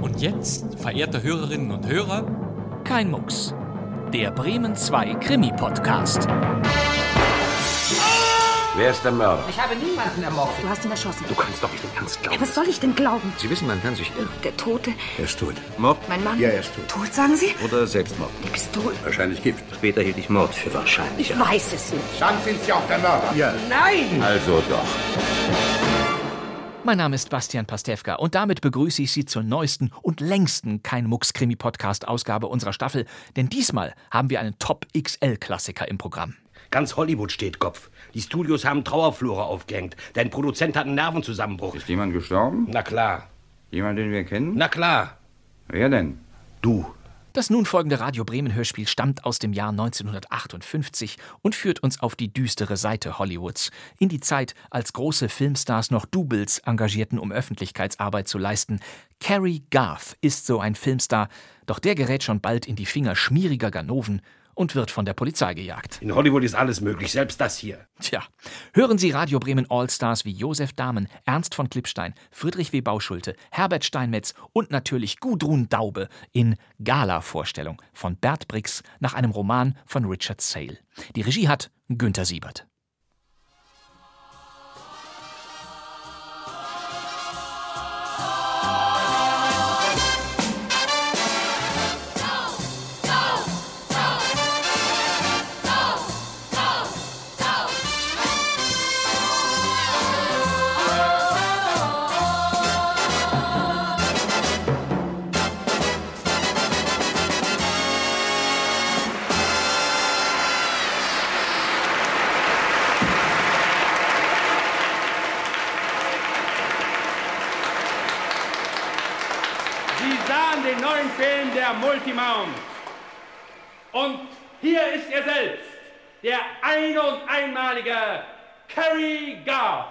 Und jetzt, verehrte Hörerinnen und Hörer, Kein Mucks. Der Bremen 2 Krimi-Podcast. Wer ist der Mörder? Ich habe niemanden ermordet. Du hast ihn erschossen. Du kannst doch nicht im Ernst glauben. Was soll ich denn glauben? Sie wissen, man kann sich irren. Der Tote, Er ist tot. mein Mann. Ja, er ist tot. Tot, sagen Sie? Oder Selbstmord. Die Pistole. Wahrscheinlich Gift. Später hielt ich Mord für wahrscheinlich. Ich weiß es nicht. Dann sind Sie auch der Mörder. Ja. Nein! Also doch. Mein Name ist Bastian Pastewka und damit begrüße ich Sie zur neuesten und längsten Kein Mucks Krimi-Podcast-Ausgabe unserer Staffel, denn diesmal haben wir einen Top XL-Klassiker im Programm. Ganz Hollywood steht Kopf. Die Studios haben Trauerflure aufgehängt. Dein Produzent hat einen Nervenzusammenbruch. Ist jemand gestorben? Na klar, Jemand, den wir kennen? na klar. Wer denn? Du. Das nun folgende Radio Bremen Hörspiel stammt aus dem Jahr 1958 und führt uns auf die düstere Seite Hollywoods, in die Zeit, als große Filmstars noch Doubles engagierten, um Öffentlichkeitsarbeit zu leisten. Cary Garth ist so ein Filmstar, doch der gerät schon bald in die Finger schmieriger Ganoven und wird von der Polizei gejagt. In Hollywood ist alles möglich, selbst das hier. Tja, hören Sie Radio Bremen Allstars wie Josef Dahmen, Ernst von Klippstein, Friedrich W. Bauschulte, Herbert Steinmetz und natürlich Gudrun Daube in Gala-Vorstellung von Bert Brix nach einem Roman von Richard Sale. Die Regie hat Günther Siebert. Sie sahen den neuen Film der Multimount. Und hier ist er selbst, der ein- und einmalige Cary Garth.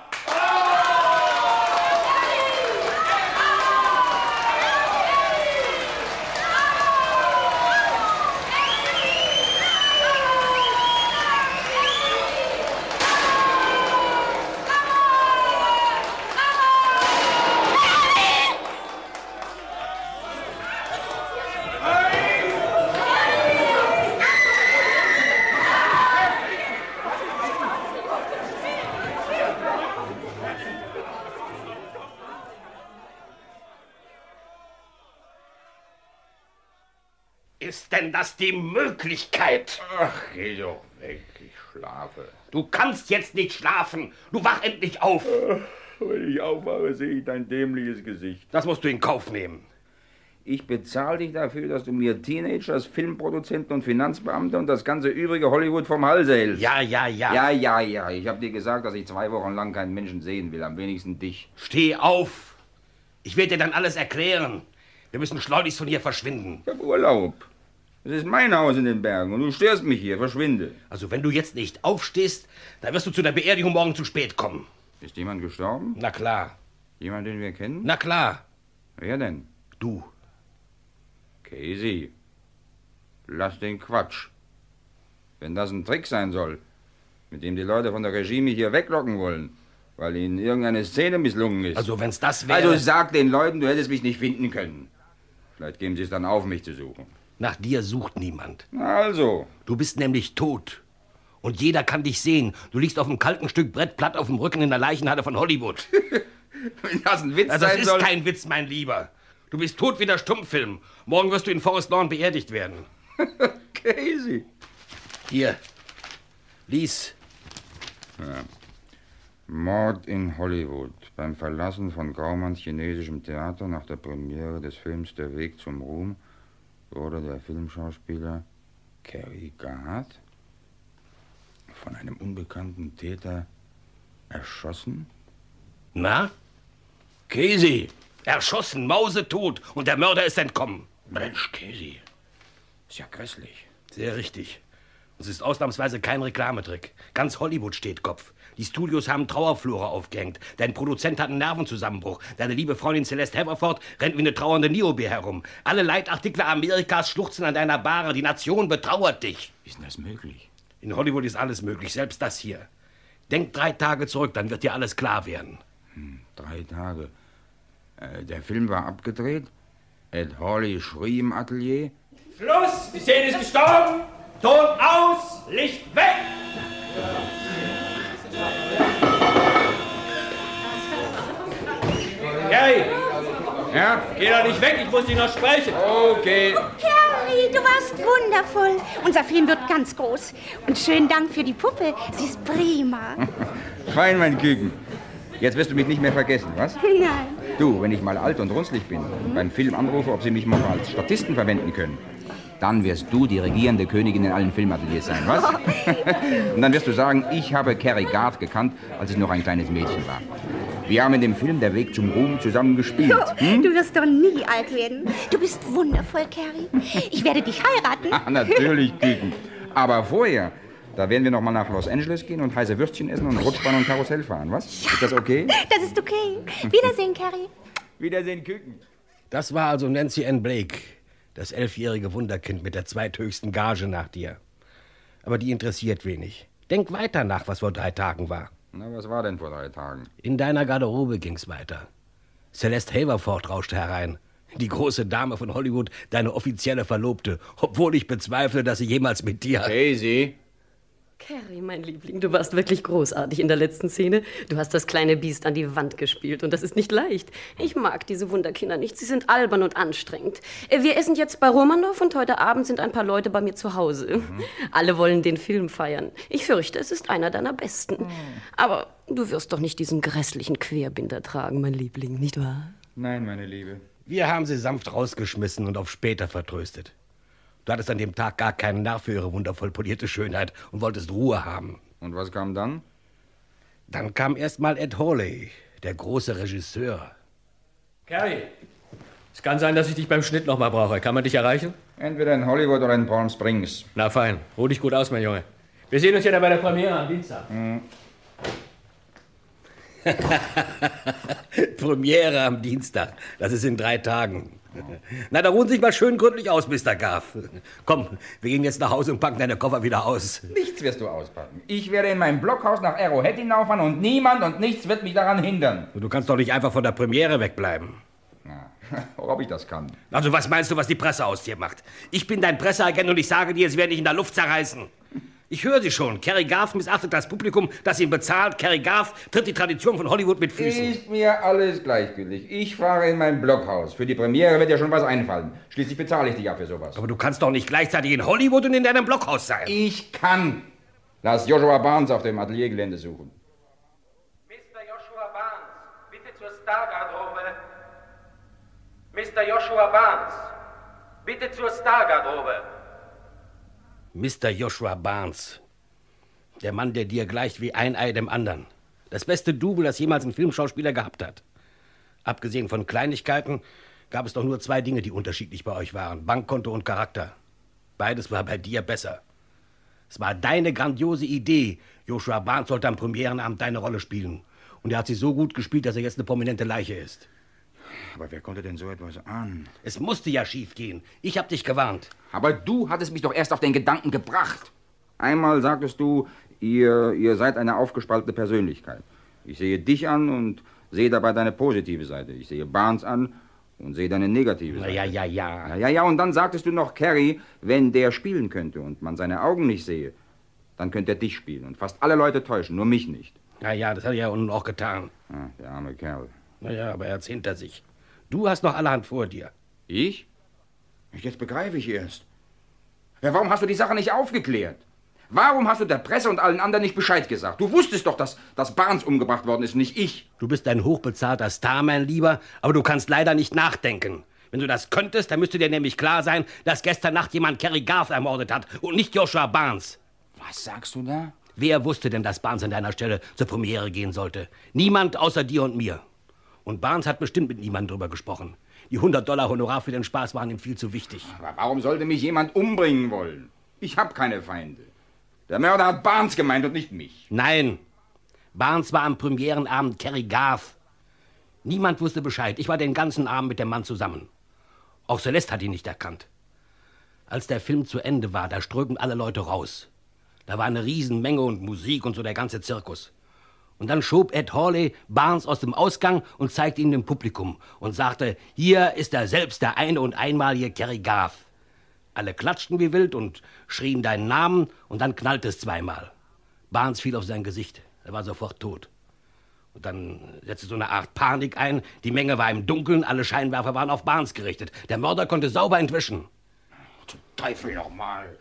Ist denn das die Möglichkeit? Ach, geh doch weg, ich schlafe. Du kannst jetzt nicht schlafen. Du wach endlich auf. Äh. Wenn ich aufwache, sehe ich dein dämliches Gesicht. Das musst du in Kauf nehmen. Ich bezahle dich dafür, dass du mir Teenagers, Filmproduzenten und Finanzbeamte und das ganze übrige Hollywood vom Halse hältst. Ja, ja, ja. Ja, ja, ja. Ich habe dir gesagt, dass ich zwei Wochen lang keinen Menschen sehen will, am wenigsten dich. Steh auf. Ich werde dir dann alles erklären. Wir müssen schleunigst von hier verschwinden. Ich habe Urlaub. Es ist mein Haus in den Bergen und du störst mich hier. Verschwinde. Also, wenn du jetzt nicht aufstehst, dann wirst du zu der Beerdigung morgen zu spät kommen. Ist jemand gestorben? Na klar, Jemand, den wir kennen? na klar. Wer denn? Du. Casey, lass den Quatsch. Wenn das ein Trick sein soll, mit dem die Leute von der Regie mich hier weglocken wollen, weil ihnen irgendeine Szene misslungen ist. Also, wenn's das wäre. also sag den Leuten, du hättest mich nicht finden können. Vielleicht geben sie es dann auf, mich zu suchen. Nach dir sucht niemand. Also, Du bist nämlich tot. Und jeder kann dich sehen. Du liegst auf einem kalten Stück Brett platt auf dem Rücken in der Leichenhalle von Hollywood. wenn das ein Witz Also, das sein ist soll. kein Witz, mein Lieber. Du bist tot wie der Stummfilm. Morgen wirst du in Forest Lawn beerdigt werden. Casey. Hier. Lies. Mord in Hollywood. Beim Verlassen von Graumanns chinesischem Theater nach der Premiere des Films Der Weg zum Ruhm wurde der Filmschauspieler Cary Garth von einem unbekannten Täter erschossen? Na? Casey. Erschossen, mausetot. Und der Mörder ist entkommen. Mensch, Casey. Ist ja grässlich. Sehr richtig. Es ist ausnahmsweise kein Reklametrick. Ganz Hollywood steht Kopf. Die Studios haben Trauerflure aufgehängt. Dein Produzent hat einen Nervenzusammenbruch. Deine liebe Freundin Celeste Haverford rennt wie eine trauernde Niobe herum. Alle Leitartikel Amerikas schluchzen an deiner Bahre. Die Nation betrauert dich. Wie ist denn das möglich? In Hollywood ist alles möglich, selbst das hier. Denk drei Tage zurück, dann wird dir alles klar werden. Drei Tage. Äh, der Film war abgedreht Ed Holly schrie im Atelier. Schluss! Die Szene ist gestorben! Ton aus! Licht weg! Gary! Ja? Geh doch nicht weg, ich muss dich noch sprechen! Okay. Carrie, du warst wundervoll. Unser Film wird ganz groß. Und schönen Dank für die Puppe. Sie ist prima. Fein, mein Küken. Jetzt wirst du mich nicht mehr vergessen, was? Nein. Du, wenn ich mal alt und runzlig bin, beim Film anrufe, ob sie mich mal als Statisten verwenden können. Dann wirst du die regierende Königin in allen Filmateliers sein, was? und dann wirst du sagen, ich habe Carrie Garth gekannt, als ich noch ein kleines Mädchen war. Wir haben in dem Film Der Weg zum Ruhm hm? zusammen gespielt. Du wirst doch nie alt werden. Du bist wundervoll, Carrie. Ich werde dich heiraten. Ah, Natürlich, Küken. Aber vorher, da werden wir noch mal nach Los Angeles gehen und heiße Würstchen essen und Rutschbahn und Karussell fahren, was? Ist das okay? Das ist okay. Wiedersehen, Carrie. Wiedersehen, Küken. Das war also Nancy Ann Blake, das elfjährige Wunderkind mit der zweithöchsten Gage nach dir. Aber die interessiert wenig. Denk weiter nach, was vor drei Tagen war. Na, was war denn vor drei Tagen? In deiner Garderobe ging's weiter. Celeste Haverford rauschte herein. Die große Dame von Hollywood, deine offizielle Verlobte, obwohl ich bezweifle, dass sie jemals mit dir. Daisy. Carrie, mein Liebling, du warst wirklich großartig in der letzten Szene. Du hast das kleine Biest an die Wand gespielt und das ist nicht leicht. Ich mag diese Wunderkinder nicht. Sie sind albern und anstrengend. Äh, Wir essen jetzt bei Romanow und heute Abend sind ein paar Leute bei mir zu Hause. Alle wollen den Film feiern. Ich fürchte, es ist einer deiner besten. Aber du wirst doch nicht diesen grässlichen Querbinder tragen, mein Liebling, nicht wahr? Nein, meine Liebe. Wir haben sie sanft rausgeschmissen und auf später vertröstet. Du hattest an dem Tag gar keinen Nerv für ihre wundervoll polierte Schönheit und wolltest Ruhe haben. Und was kam dann? Dann kam erst mal Ed Hawley, der große Regisseur. Carrie, es kann sein, dass ich dich beim Schnitt nochmal brauche. Kann man dich erreichen? Entweder in Hollywood oder in Palm Springs. Na fein, ruh dich gut aus, mein Junge. Wir sehen uns ja dann bei der Premiere am Dienstag. Hm. Premiere am Dienstag. Das ist in drei Tagen. Na, da ruhen Sie sich mal schön gründlich aus, Mr. Garf. Komm, wir gehen jetzt nach Hause und packen deine Koffer wieder aus. Nichts wirst du auspacken. Ich werde in meinem Blockhaus nach Arrowhead hinauffahren und niemand und nichts wird mich daran hindern. Du kannst doch nicht einfach von der Premiere wegbleiben. Na, ob ich das kann. Also, was meinst du, was die Presse aus dir macht? Ich bin dein Presseagent und ich sage dir, sie werden dich in der Luft zerreißen. Ich höre sie schon. Kerry Garf missachtet das Publikum, das ihn bezahlt. Kerry Garf tritt die Tradition von Hollywood mit Füßen. Ist mir alles gleichgültig. Ich fahre in mein Blockhaus. Für die Premiere wird ja schon was einfallen. Schließlich bezahle ich dich ja für sowas. Aber du kannst doch nicht gleichzeitig in Hollywood und in deinem Blockhaus sein. Ich kann. Lass Joshua Barnes auf dem Ateliergelände suchen. Mr. Joshua Barnes, bitte zur Stargarderobe. Mr. Joshua Barnes, bitte zur Stargarderobe. Mr. Joshua Barnes. Der Mann, der dir gleicht wie ein Ei dem anderen. Das beste Double, das jemals ein Filmschauspieler gehabt hat. Abgesehen von Kleinigkeiten gab es doch nur zwei Dinge, die unterschiedlich bei euch waren: Bankkonto und Charakter. Beides war bei dir besser. Es war deine grandiose Idee. Joshua Barnes sollte am Premierenabend deine Rolle spielen. Und er hat sie so gut gespielt, dass er jetzt eine prominente Leiche ist. Aber wer konnte denn so etwas an? Es musste ja schief gehen. Ich hab dich gewarnt. Aber du hattest mich doch erst auf den Gedanken gebracht. Einmal sagtest du, ihr, ihr seid eine aufgespaltene Persönlichkeit. Ich sehe dich an und sehe dabei deine positive Seite. Ich sehe Barnes an und sehe deine negative Na Seite. ja, ja, ja. Ja, ja, ja, und dann sagtest du noch, Carrie, wenn der spielen könnte und man seine Augen nicht sehe, dann könnte er dich spielen und fast alle Leute täuschen, nur mich nicht. Na ja, das hat er ja nun auch getan. Ah, der arme Kerl. Naja, aber er hat's hinter sich. Du hast noch allerhand vor dir. Ich? Jetzt begreife ich erst. Ja, warum hast du die Sache nicht aufgeklärt? Warum hast du der Presse und allen anderen nicht Bescheid gesagt? Du wusstest doch, dass, dass Barnes umgebracht worden ist, nicht ich. Du bist ein hochbezahlter Star, mein Lieber, aber du kannst leider nicht nachdenken. Wenn du das könntest, dann müsste dir nämlich klar sein, dass gestern Nacht jemand Kerry Garth ermordet hat und nicht Joshua Barnes. Was sagst du da? Wer wusste denn, dass Barnes an deiner Stelle zur Premiere gehen sollte? Niemand außer dir und mir. Und Barnes hat bestimmt mit niemandem drüber gesprochen. Die 100 Dollar Honorar für den Spaß waren ihm viel zu wichtig. Aber warum sollte mich jemand umbringen wollen? Ich habe keine Feinde. Der Mörder hat Barnes gemeint und nicht mich. Nein, Barnes war am Premierenabend Kerry Garth. Niemand wusste Bescheid. Ich war den ganzen Abend mit dem Mann zusammen. Auch Celeste hat ihn nicht erkannt. Als der Film zu Ende war, da strömten alle Leute raus. Da war eine Riesenmenge und Musik und so der ganze Zirkus. Und dann schob Ed Hawley Barnes aus dem Ausgang und zeigte ihn dem Publikum und sagte, hier ist er selbst, der eine und einmalige Kerry Garth. Alle klatschten wie wild und schrien deinen Namen und dann knallte es zweimal. Barnes fiel auf sein Gesicht. Er war sofort tot. Und dann setzte so eine Art Panik ein. Die Menge war im Dunkeln, alle Scheinwerfer waren auf Barnes gerichtet. Der Mörder konnte sauber entwischen. Teufel nochmal.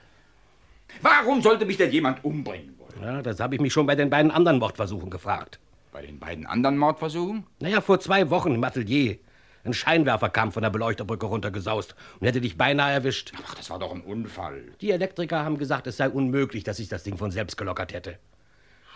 Warum sollte mich denn jemand umbringen wollen? Ja, das habe ich mich schon bei den beiden anderen Mordversuchen gefragt. Bei den beiden anderen Mordversuchen? Naja, vor zwei Wochen im Atelier. Ein Scheinwerfer kam von der Beleuchterbrücke runtergesaust und hätte dich beinahe erwischt. Ach, das war doch ein Unfall. Die Elektriker haben gesagt, es sei unmöglich, dass ich das Ding von selbst gelockert hätte.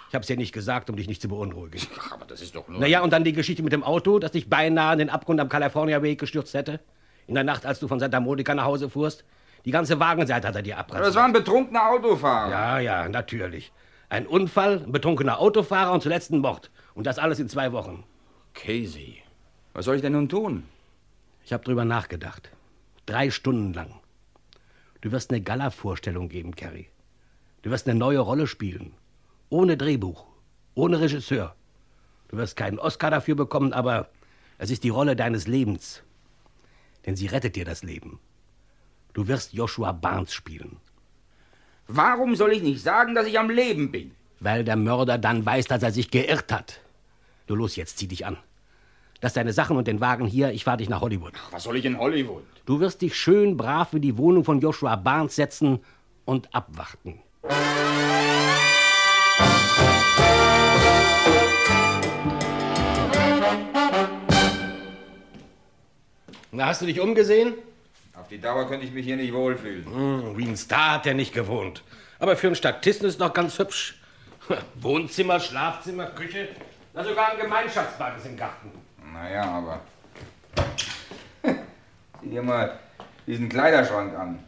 Ich hab's dir nicht gesagt, um dich nicht zu beunruhigen. Ach, aber das ist doch nur. Naja, und dann die Geschichte mit dem Auto, das dich beinahe in den Abgrund am California Weg gestürzt hätte. In der Nacht, als du von Santa Monica nach Hause fuhrst. Die ganze Wagenseite hat er dir abrasiert. Das war ein betrunkener Autofahrer. Ja, ja, natürlich. Ein Unfall, ein betrunkener Autofahrer und zuletzt ein Mord. Und das alles in zwei Wochen. Casey, was soll ich denn nun tun? Ich habe drüber nachgedacht. Drei Stunden lang. Du wirst eine Gala-Vorstellung geben, Carrie. Du wirst eine neue Rolle spielen. Ohne Drehbuch. Ohne Regisseur. Du wirst keinen Oscar dafür bekommen, aber es ist die Rolle deines Lebens. Denn sie rettet dir das Leben. Du wirst Joshua Barnes spielen. Warum soll ich nicht sagen, dass ich am Leben bin? Weil der Mörder dann weiß, dass er sich geirrt hat. Du los jetzt, zieh dich an. Lass deine Sachen und den Wagen hier, ich fahre dich nach Hollywood. Was soll ich in Hollywood? Du wirst dich schön brav in die Wohnung von Joshua Barnes setzen und abwarten. Na, hast du dich umgesehen? Auf die Dauer könnte ich mich hier nicht wohlfühlen. Hm, wie ein Star hat er nicht gewohnt. Aber für einen Statisten ist noch ganz hübsch. Wohnzimmer, Schlafzimmer, Küche. Na, sogar ein Gemeinschaftsbad ist im Garten. Naja, aber. Sieh dir mal diesen Kleiderschrank an.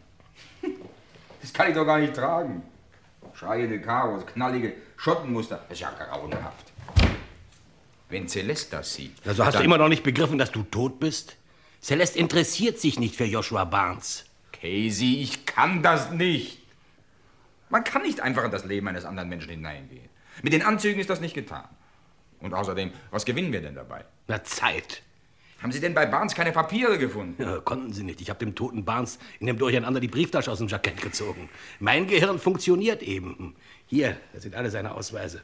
Das kann ich doch gar nicht tragen. Schreiende Karos, knallige Schottenmuster. Das ist ja grauenhaft. Wenn Celeste das sieht. Also hast dann- du immer noch nicht begriffen, dass du tot bist? Celeste interessiert sich nicht für Joshua Barnes. Casey, ich kann das nicht. Man kann nicht einfach in das Leben eines anderen Menschen hineingehen. Mit den Anzügen ist das nicht getan. Und außerdem, was gewinnen wir denn dabei? Na, Zeit. Haben Sie denn bei Barnes keine Papiere gefunden? Ja, konnten sie nicht. Ich habe dem toten Barnes in dem Durcheinander die Brieftasche aus dem Jackett gezogen. Mein Gehirn funktioniert eben. Hier, das sind alle seine Ausweise.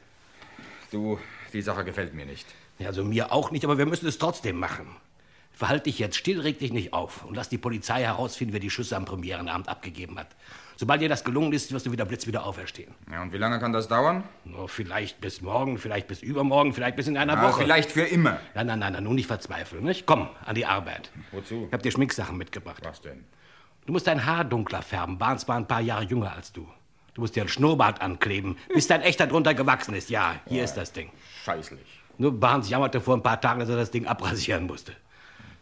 Du, die Sache gefällt mir nicht. Ja, also mir auch nicht, aber wir müssen es trotzdem machen. Verhalt dich jetzt still, reg dich nicht auf und lass die Polizei herausfinden, wer die Schüsse am Premierenabend abgegeben hat. Sobald dir das gelungen ist, wirst du wieder blitzwieder auferstehen. Ja, und wie lange kann das dauern? Na, vielleicht bis morgen, vielleicht bis übermorgen, vielleicht bis in einer Na, Woche. vielleicht für immer. Nein, nein, nein, nein, nur nicht verzweifeln. Nicht? Komm, an die Arbeit. Wozu? Ich hab dir Schminksachen mitgebracht. Was denn? Du musst dein Haar dunkler färben. Barnes war ein paar Jahre jünger als du. Du musst dir einen Schnurrbart ankleben, bis dein echter drunter gewachsen ist. Ja, hier ist das Ding. Scheißlich. Nur Barnes jammerte vor ein paar Tagen, dass er das Ding abrasieren musste.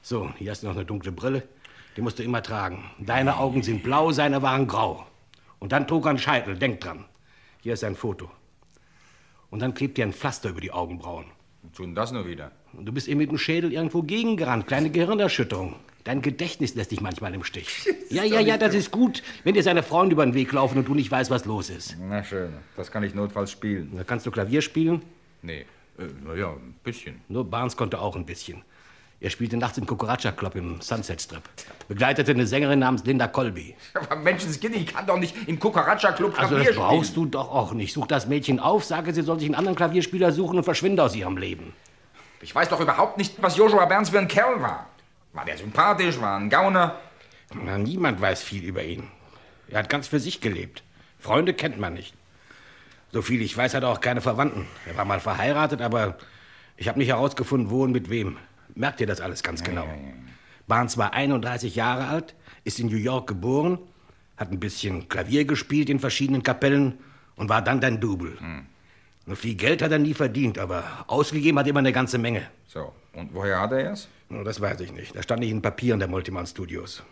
So, hier hast du noch eine dunkle Brille. Die musst du immer tragen. Deine Augen sind blau, seine waren grau. Und dann trug er einen Scheitel. Denk dran. Hier ist ein Foto. Und dann klebt dir ein Pflaster über die Augenbrauen. Wozu denn das nur wieder? Und du bist eben mit dem Schädel irgendwo gegengerannt. Kleine Gehirnerschütterung. Dein Gedächtnis lässt dich manchmal im Stich. Ja, ja, doch ja, nicht das ist gut, wenn dir seine Freunde über den Weg laufen und du nicht weißt, was los ist. Na schön, das kann ich notfalls spielen. Da kannst du Klavier spielen. Nee, äh, naja, ein bisschen. Nur Barnes konnte auch ein bisschen. Er spielte nachts im Cucaracha Club im Sunset Strip. Begleitete eine Sängerin namens Linda Colby. Aber Menschenskind, ich kann doch nicht im Cucaracha-Club Also Klavier das brauchst spielen. du doch auch nicht. Such das Mädchen auf, sage, sie soll sich einen anderen Klavierspieler suchen und verschwinde aus ihrem Leben. Ich weiß doch überhaupt nicht, was Joshua Berns für ein Kerl war. War der sympathisch, war ein Gauner. Na, niemand weiß viel über ihn. Er hat ganz für sich gelebt. Freunde kennt man nicht. So viel ich weiß, hat er auch keine Verwandten. Er war mal verheiratet, aber ich habe nicht herausgefunden, wo und mit wem. Merkt ihr das alles ganz genau? Barnes war 31 Jahre alt, ist in New York geboren, hat ein bisschen Klavier gespielt in verschiedenen Kapellen und war dann dein Double. Hm. Nur viel Geld hat er nie verdient, aber ausgegeben hat er immer eine ganze Menge. So, und woher hat er es? Nun, Das weiß ich nicht. Da stand nicht in Papieren der Multiman Studios.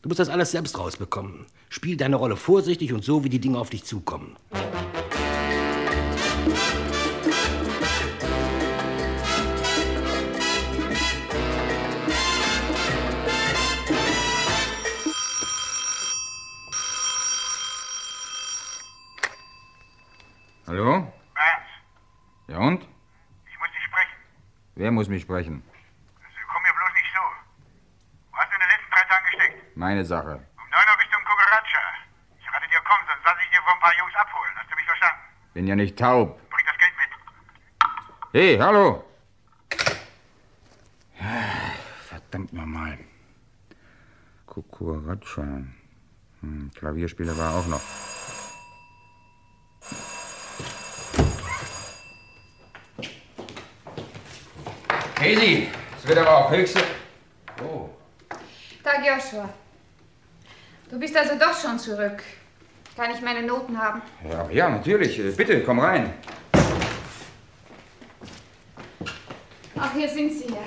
Du musst das alles selbst rausbekommen. Spiel deine Rolle vorsichtig und so, wie die Dinge auf dich zukommen. Hallo? Ja, und? Wer muss mich sprechen? Also, Komm mir bloß nicht so. Wo hast du in den letzten drei Tagen gesteckt? Meine Um Sache. 9 Uhr bist du im Kogaratscha. Ich rate dir, komm, sonst lass ich dir von ein paar Jungs abholen. Hast du mich verstanden? Bin ja nicht taub. Bring das Geld mit. Hey, hallo! Ah, Verdammt nochmal. Kukuratscha. Hm, Klavierspieler war auch noch. Casey, es wird aber auch höchste. Oh, Tag, Joshua. Du bist also doch schon zurück. Kann ich meine Noten haben? ja, ja, natürlich. Äh, Bitte, komm rein. Ach, hier sind sie ja.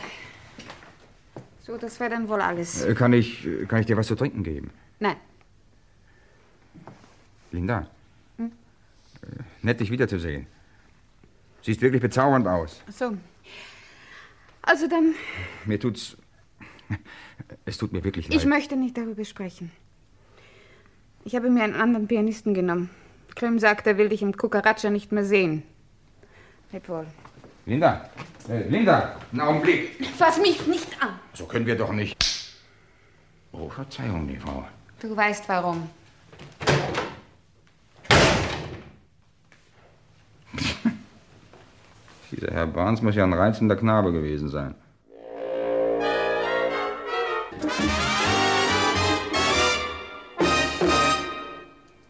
So, das wäre dann wohl alles. Äh, Kann ich, äh, kann ich dir was zu trinken geben? Nein. Linda. Hm? Äh, Nett, dich wiederzusehen. Siehst wirklich bezaubernd aus. Ach So. Also dann, Mir tut's. Es tut mir wirklich leid. ich möchte nicht darüber sprechen. Ich habe mir einen anderen Pianisten genommen. Clem sagt, er will dich im Kukaracha nicht mehr sehen. Leb wohl. Linda! Äh, Linda! Einen Augenblick! Fass mich nicht an. So können wir doch nicht. Oh, Verzeihung, die Frau. Du weißt warum. Dieser Herr Barnes muss ja ein reizender Knabe gewesen sein.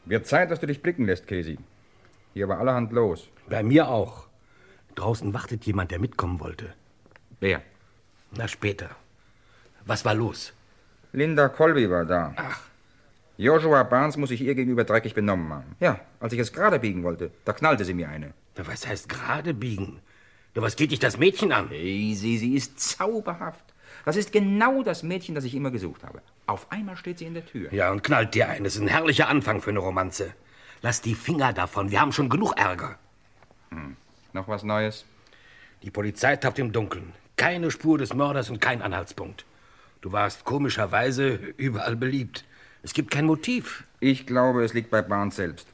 Wird Zeit, dass du dich blicken lässt, Casey. Hier war allerhand los. Bei mir auch. Draußen wartet jemand, der mitkommen wollte. Wer? Na, später. Was war los? Linda Colby war da. Ach. Joshua Barnes muss sich ihr gegenüber dreckig benommen haben. Ja, als ich es gerade biegen wollte, da knallte sie mir eine. Na, was heißt gerade biegen? Na, was geht dich das Mädchen an? Hey, sie, sie ist zauberhaft. Das ist genau das Mädchen, das ich immer gesucht habe. Auf einmal steht sie in der Tür. Ja, und knallt dir ein. Das ist ein herrlicher Anfang für eine Romanze. Lass die Finger davon. Wir haben schon genug Ärger. Hm. Noch was Neues? Die Polizei tappt im Dunkeln. Keine Spur des Mörders und kein Anhaltspunkt. Du warst komischerweise überall beliebt. Es gibt kein Motiv. Ich glaube, es liegt bei Barnes selbst.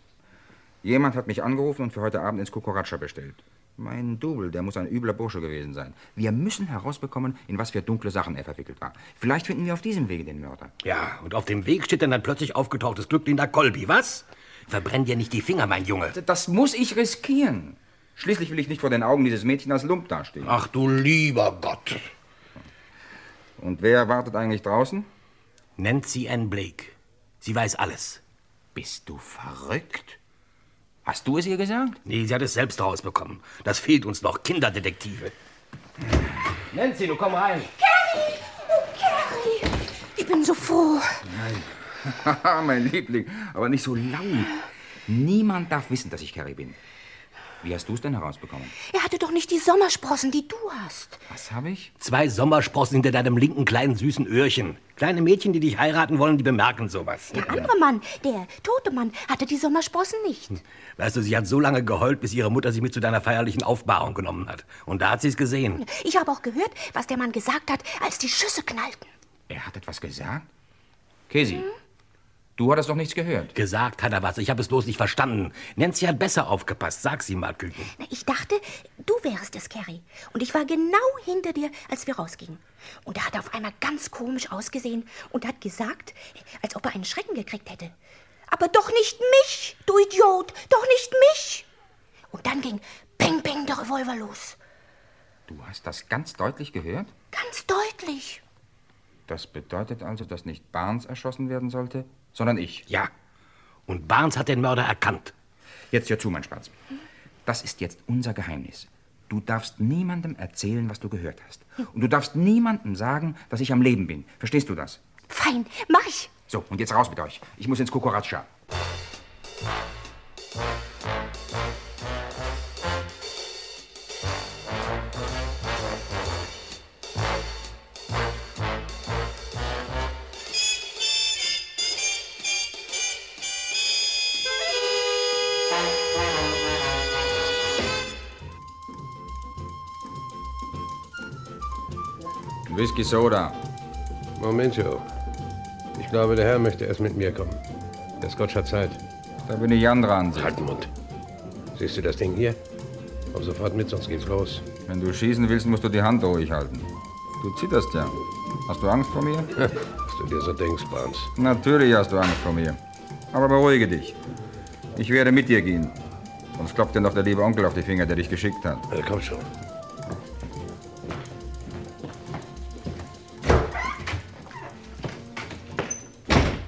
Jemand hat mich angerufen und für heute Abend ins Kukoratscha bestellt. Mein Double, der muss ein übler Bursche gewesen sein. Wir müssen herausbekommen, in was für dunkle Sachen er verwickelt war. Vielleicht finden wir auf diesem Wege den Mörder. Ja, und auf dem Weg steht dann ein plötzlich aufgetauchtes Glück Linda Kolby. Was? Verbrenn dir nicht die Finger, mein Junge. Das muss ich riskieren. Schließlich will ich nicht vor den Augen dieses Mädchen als Lump dastehen. Ach du lieber Gott. Und wer wartet eigentlich draußen? Nancy Ann Blake. Sie weiß alles. Bist du verrückt? Hast du es ihr gesagt? Nee, sie hat es selbst rausbekommen. Das fehlt uns noch. Kinderdetektive. Nancy, du komm rein. oh, Ich bin so froh. Haha, mein Liebling, aber nicht so laut. Niemand darf wissen, dass ich Carrie bin. Wie hast du es denn herausbekommen? Er hatte doch nicht die Sommersprossen, die du hast. Was habe ich? Zwei Sommersprossen hinter deinem linken kleinen süßen Öhrchen. Kleine Mädchen, die dich heiraten wollen, die bemerken sowas. Der andere Mann, der tote Mann, hatte die Sommersprossen nicht. Weißt du, sie hat so lange geheult, bis ihre Mutter sie mit zu deiner feierlichen Aufbahrung genommen hat. Und da hat sie es gesehen. Ich habe auch gehört, was der Mann gesagt hat, als die Schüsse knallten. Er hat etwas gesagt? Casey, du hattest doch nichts gehört. Gesagt hat er was, ich habe es bloß nicht verstanden. Nancy hat besser aufgepasst, sag sie mal, Küken. Na, Ich dachte, du wärst es, Carrie. Und ich war genau hinter dir, als wir rausgingen. Und er hat auf einmal ganz komisch ausgesehen und hat gesagt, als ob er einen Schrecken gekriegt hätte. Aber doch nicht mich, du Idiot, doch nicht mich. Und dann ging Bing Bing der Revolver los. Du hast das ganz deutlich gehört? Ganz deutlich. Das bedeutet also, dass nicht Barnes erschossen werden sollte, sondern ich. Ja. Und Barnes hat den Mörder erkannt. Jetzt hör zu, mein Spatz. Das ist jetzt unser Geheimnis. Du darfst niemandem erzählen, was du gehört hast. Und du darfst niemandem sagen, dass ich am Leben bin. Verstehst du das? Fein, mach ich. So, und jetzt raus mit euch. Ich muss ins Kukoratscha. Whisky Soda. Moment, Joe. Ich glaube, der Herr möchte erst mit mir kommen. Der Scotch hat Zeit. Da bin ich anderer Ansicht. Halt den Mund. Siehst du das Ding hier? Komm sofort mit, sonst geht's los. Wenn du schießen willst, musst du die Hand ruhig halten. Du zitterst ja. Hast du Angst vor mir? Was du dir so denkst, Barnes. Natürlich hast du Angst vor mir. Aber beruhige dich. Ich werde mit dir gehen. Sonst klopft dir noch der liebe Onkel auf die Finger, der dich geschickt hat. komm schon.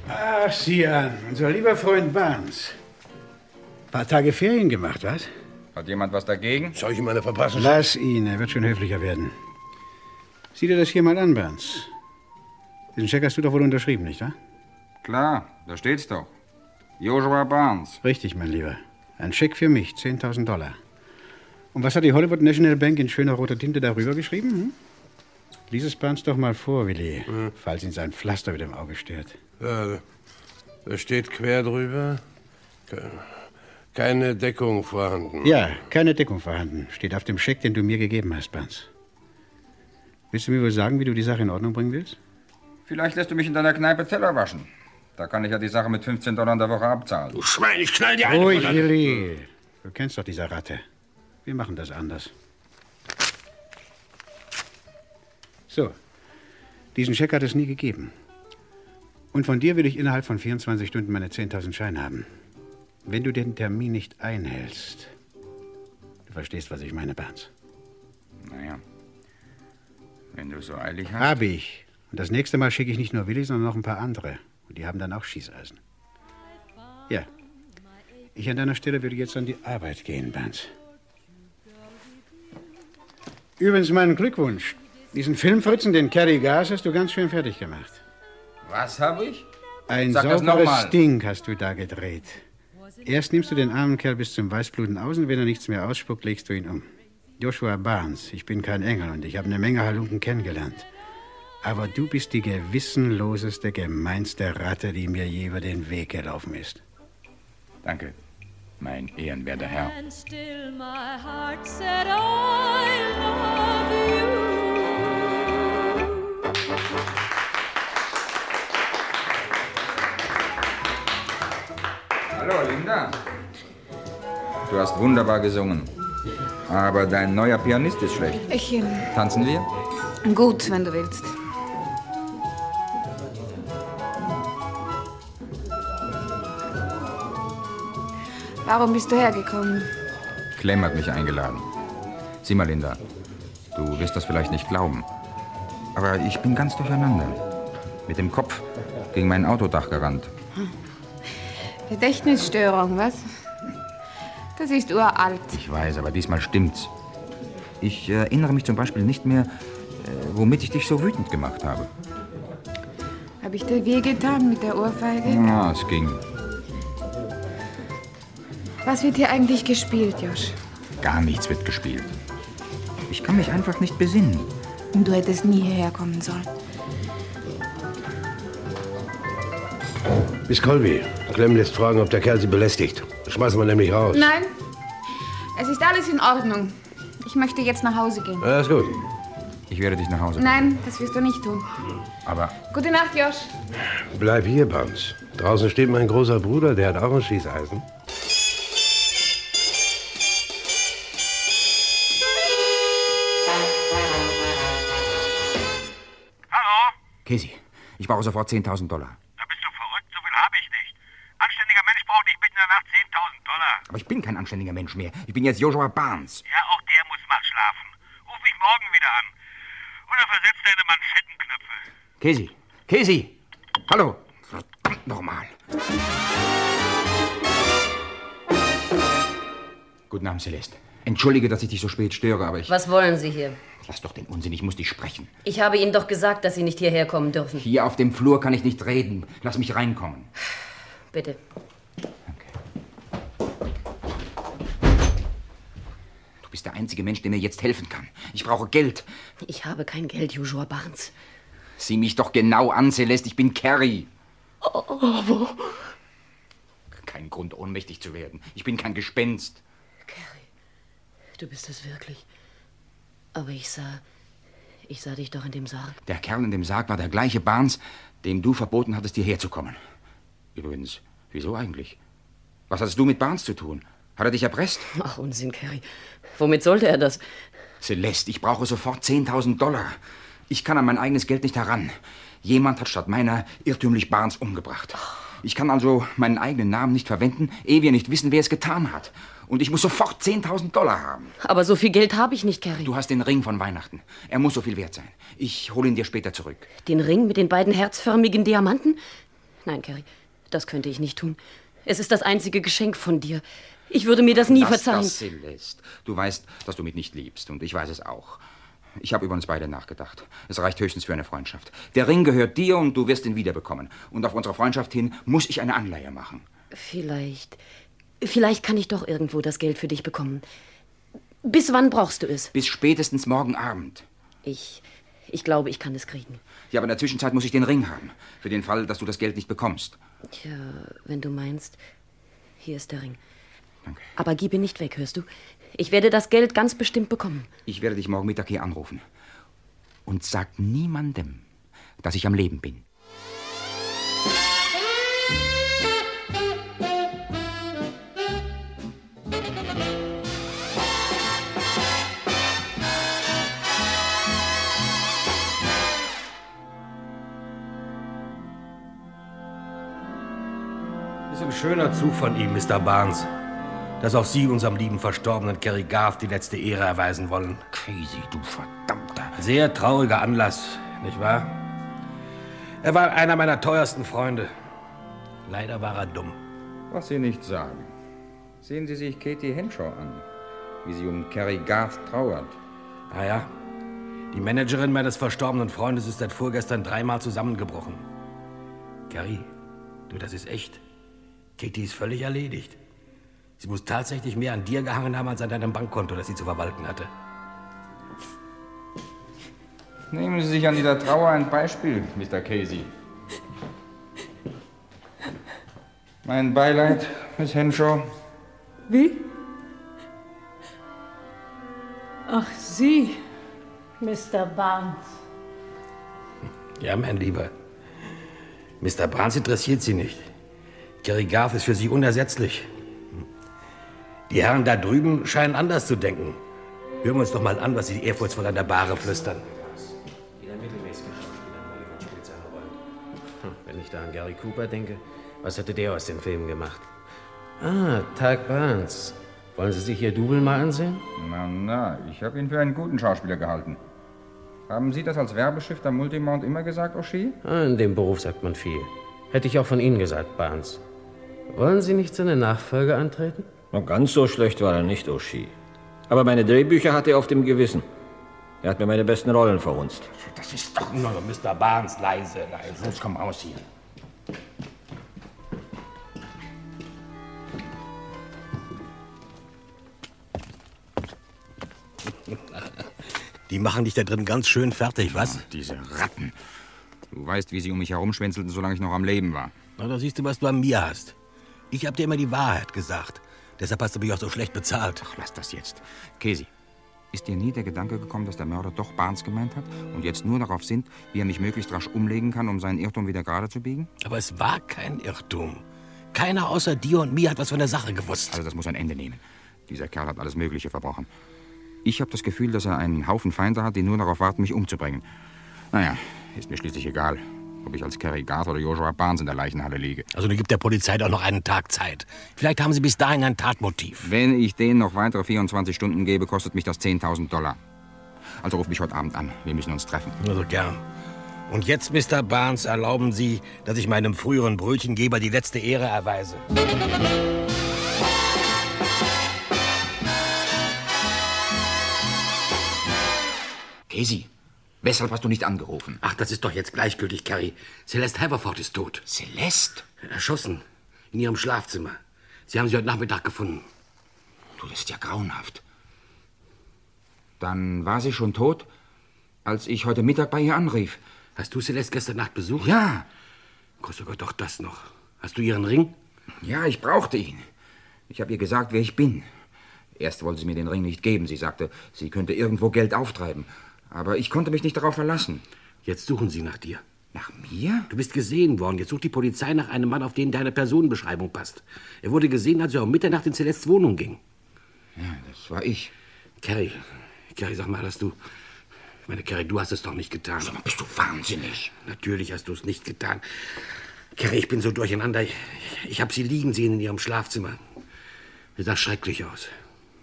Ach, sieh an, unser lieber Freund Barnes. Paar Tage Ferien gemacht, was? Hat jemand was dagegen? Soll ich ihm eine verpassen? Lass ihn, er wird schon höflicher werden. Sieh dir das hier mal an, Barnes. Diesen Scheck hast du doch wohl unterschrieben, nicht wahr? Klar, da steht's doch. Joshua Barnes. Richtig, mein Lieber. Ein Scheck für mich, 10.000 Dollar. Und was hat die Hollywood National Bank in schöner roter Tinte darüber geschrieben? Hm? Lies es Barnes doch mal vor, Willi, falls ihn sein Pflaster wieder im Auge stört. Ja, da steht quer drüber. ke- Keine Deckung vorhanden. Ja, keine Deckung vorhanden. Steht auf dem Scheck, den du mir gegeben hast, Barnes. Willst du mir wohl sagen, wie du die Sache in Ordnung bringen willst? Vielleicht lässt du mich in deiner Kneipe Teller waschen. Da kann ich ja die Sache mit 15 Dollar in der Woche abzahlen. Du Schwein, ich knall Ruhig, Willi. Du kennst doch diese Ratte. Wir machen das anders. So. Diesen Scheck hat es nie gegeben. Und von dir will ich innerhalb von 24 Stunden meine 10.000 Scheine haben. Wenn du den Termin nicht einhältst. Du verstehst, was ich meine, Barnes. Naja. Wenn du so eilig hast. Hab ich. Und das nächste Mal schicke ich nicht nur Willi, sondern noch ein paar andere. Und die haben dann auch Schießeisen. Ja. Ich an deiner Stelle würde jetzt an die Arbeit gehen, Bernd. Übrigens meinen Glückwunsch. Diesen Filmfritzen, den Kerry Gas, hast du ganz schön fertig gemacht. Was habe ich? Ein Sag das sauberes nochmal. Ding hast du da gedreht. Erst nimmst du den armen Kerl bis zum Weißbluten aus und wenn er nichts mehr ausspuckt, legst du ihn um. Joshua Barnes, ich bin kein Engel und ich habe eine Menge Halunken kennengelernt. Aber du bist die gewissenloseste, gemeinste Ratte, die mir je über den Weg gelaufen ist. Danke, mein ehrenwerter Herr. And still my heart said, I love you. Hallo, Linda. Du hast wunderbar gesungen. Aber dein neuer Pianist ist schlecht. Ich. ähm, Tanzen wir? Gut, wenn du willst. Warum bist du hergekommen? Clem hat mich eingeladen. Sieh mal, Linda. Du wirst das vielleicht nicht glauben. Aber ich bin ganz durcheinander. Mit dem Kopf gegen mein Autodach gerannt. Gedächtnisstörung, was? Das ist uralt. Ich weiß, aber diesmal stimmt's. Ich erinnere mich zum Beispiel nicht mehr, äh, womit ich dich so wütend gemacht habe. Habe ich dir wehgetan mit der Ohrfeige? Ja, es ging. Was wird hier eigentlich gespielt, Josh? Gar nichts wird gespielt. Ich kann mich einfach nicht besinnen. Du hättest nie hierher kommen sollen. Miss Colby, Clem lässt fragen, ob der Kerl sie belästigt. Schmeißen wir nämlich raus. Nein, es ist alles in Ordnung. Ich möchte jetzt nach Hause Äh. gehen. Ja, ist gut. Ich werde dich nach Hause Nein, das wirst du nicht tun. Aber Gute Nacht, Josh. Bleib hier, Barnes. Draußen steht mein großer Bruder, der hat auch ein Schießeisen. Casey, ich brauche sofort 10.000 Dollar. Da bist du verrückt, so viel habe ich nicht. Anständiger Mensch braucht nicht mitten in der Nacht 10.000 Dollar. Aber ich bin kein anständiger Mensch mehr. Ich bin jetzt Joshua Barnes. Ja, auch der muss mal schlafen. Ruf mich morgen wieder an. Oder versetz deine Manschettenknöpfe. Casey, Casey! Hallo! Verdammt nochmal. Guten Abend, Celeste. Entschuldige, dass ich dich so spät störe, aber ich. Was wollen Sie hier? Lass doch den Unsinn, ich muss dich sprechen. Ich habe Ihnen doch gesagt, dass Sie nicht hierher kommen dürfen. Hier auf dem Flur kann ich nicht reden. Lass mich reinkommen. Bitte. Du bist der einzige Mensch, der mir jetzt helfen kann. Ich brauche Geld. Ich habe kein Geld, Joshua Barnes. Sieh mich doch genau an, Celeste. Ich bin Carrie. Oh, Kein Grund, ohnmächtig zu werden. Ich bin kein Gespenst. du bist es wirklich. Aber ich sah. Ich sah dich doch in dem Sarg. Der Kerl in dem Sarg war der gleiche Barnes, dem du verboten hattest, hierher zu kommen. Übrigens, wieso eigentlich? Was hattest du mit Barnes zu tun? Hat er dich erpresst? Ach, Unsinn, Carrie. Womit sollte er das? Celeste, ich brauche sofort 10.000 Dollar. Ich kann an mein eigenes Geld nicht heran. Jemand hat statt meiner irrtümlich Barnes umgebracht. Ich kann also meinen eigenen Namen nicht verwenden, ehe wir nicht wissen, wer es getan hat. Und ich muss sofort 10.000 Dollar haben. Aber so viel Geld habe ich nicht, Carrie. Du hast den Ring von Weihnachten. Er muss so viel wert sein. Ich hole ihn dir später zurück. Den Ring mit den beiden herzförmigen Diamanten? Nein, Carrie, das könnte ich nicht tun. Es ist das einzige Geschenk von dir. Ich würde mir das nie Lass verzeihen. Das, Celeste. Du weißt, dass du mich nicht liebst. Und ich weiß es auch. Ich habe über uns beide nachgedacht. Es reicht höchstens für eine Freundschaft. Der Ring gehört dir und du wirst ihn wiederbekommen. Und auf unsere Freundschaft hin muss ich eine Anleihe machen. Vielleicht. Vielleicht kann ich doch irgendwo das Geld für dich bekommen. Bis wann brauchst du es? Bis spätestens morgen Abend. Ich. Ich glaube, ich kann es kriegen. Ja, aber in der Zwischenzeit muss ich den Ring haben. Für den Fall, dass du das Geld nicht bekommst. Tja, wenn du meinst. Hier ist der Ring. Aber gib ihn nicht weg, hörst du? Ich werde das Geld ganz bestimmt bekommen. Ich werde dich morgen Mittag hier anrufen. Und sag niemandem, dass ich am Leben bin. Ist ein schöner Zug von ihm, Mr. Barnes. Dass auch Sie unserem lieben verstorbenen Kerry Garth die letzte Ehre erweisen wollen. Casey, du verdammter. Sehr trauriger Anlass, nicht wahr? Er war einer meiner teuersten Freunde. Leider war er dumm. Was Sie nicht sagen. Sehen Sie sich Katie Henshaw an, wie sie um Carrie Garth trauert. Ah ja? Die Managerin meines verstorbenen Freundes ist seit vorgestern dreimal zusammengebrochen. Carrie, du, das ist echt. Kitty ist völlig erledigt. Sie muss tatsächlich mehr an dir gehangen haben als an deinem Bankkonto, das sie zu verwalten hatte. Nehmen Sie sich an dieser Trauer ein Beispiel, Mr. Casey. Mein Beileid, Miss Henshaw. Wie? Ach, Sie, Mr. Barnes. Ja, mein Lieber. Mr. Barnes interessiert sie nicht. Gary Garth ist für sie unersetzlich. Die Herren da drüben scheinen anders zu denken. Hören wir uns doch mal an, was sie ehrfurchtsvoll an der Bahre flüstern. Jeder mittelmäßige Schauspieler in Hollywood spielt seine Rolle. Hm, Wenn ich da an Gary Cooper denke, was hätte der aus den Filmen gemacht? Ah, Tag Barnes. Wollen Sie sich Ihr Double mal ansehen? Na, na, ich habe ihn für einen guten Schauspieler gehalten. Haben Sie das als Werbeschiff der Multimount immer gesagt, O'Shea? Ah, In dem Beruf sagt man viel. Hätte ich auch von Ihnen gesagt, Barnes. Wollen Sie nicht seine Nachfolge antreten? Na, ganz so schlecht war er nicht, Oshi. Aber meine Drehbücher hatte er auf dem Gewissen. Er hat mir meine besten Rollen verhunzt. Das ist doch nur Mr. Barnes, leise, leise. Los, komm raus hier. Die machen dich da drin ganz schön fertig, was? diese Ratten. Du weißt, wie sie um mich herumschwänzelten, solange ich noch am Leben war. Na, da siehst du, was du an mir hast. Ich hab dir immer die Wahrheit gesagt. Deshalb hast du mich auch so schlecht bezahlt. Ach, lass das jetzt. Casey, ist dir nie der Gedanke gekommen, dass der Mörder doch Barnes gemeint hat und jetzt nur darauf sind, wie er mich möglichst rasch umlegen kann, um seinen Irrtum wieder gerade zu biegen? Aber es war kein Irrtum. Keiner außer dir und mir hat was von der Sache gewusst. Also das muss ein Ende nehmen. Dieser Kerl hat alles Mögliche verbrochen. Ich habe das Gefühl, dass er einen Haufen Feinde hat, die nur darauf warten, mich umzubringen. Naja, ist mir schließlich egal, ob ich als Kerry Garth oder Joshua Barnes in der Leichenhalle liege. Also du gibst der Polizei doch noch einen Tag Zeit. Vielleicht haben sie bis dahin ein Tatmotiv. Wenn ich denen noch weitere 24 Stunden gebe, kostet mich das 10.000 Dollar. Also ruf mich heute Abend an. Wir müssen uns treffen. Also gern. Und jetzt, Mr. Barnes, erlauben Sie, dass ich meinem früheren Brötchengeber die letzte Ehre erweise. Casey, weshalb hast du nicht angerufen? Ach, das ist doch jetzt gleichgültig, Carrie. Celeste Haverford ist tot. Celeste? Erschossen. In ihrem Schlafzimmer. Sie haben sie heute Nachmittag gefunden. Du, das ist ja grauenhaft. Dann war sie schon tot, als ich heute Mittag bei ihr anrief. Hast du Celeste gestern Nacht besucht? Ja. Großer Gott, doch das noch. Hast du ihren Ring? Ja, ich brauchte ihn. Ich habe ihr gesagt, wer ich bin. Erst wollte sie mir den Ring nicht geben. Sie sagte, sie könnte irgendwo Geld auftreiben. Aber ich konnte mich nicht darauf verlassen. Jetzt suchen sie nach dir. Nach mir? Du bist gesehen worden. Jetzt sucht die Polizei nach einem Mann, auf den deine Personenbeschreibung passt. Er wurde gesehen, als er um Mitternacht in Celestes Wohnung ging. Ja, das war ich. Carrie, Kerry, sag mal, hast du. Ich meine, Kerry, du hast es doch nicht getan. Sag mal, bist du wahnsinnig? Natürlich hast du es nicht getan. Kerry, ich bin so durcheinander. Ich, ich habe sie liegen sehen in ihrem Schlafzimmer. Sie sah schrecklich aus.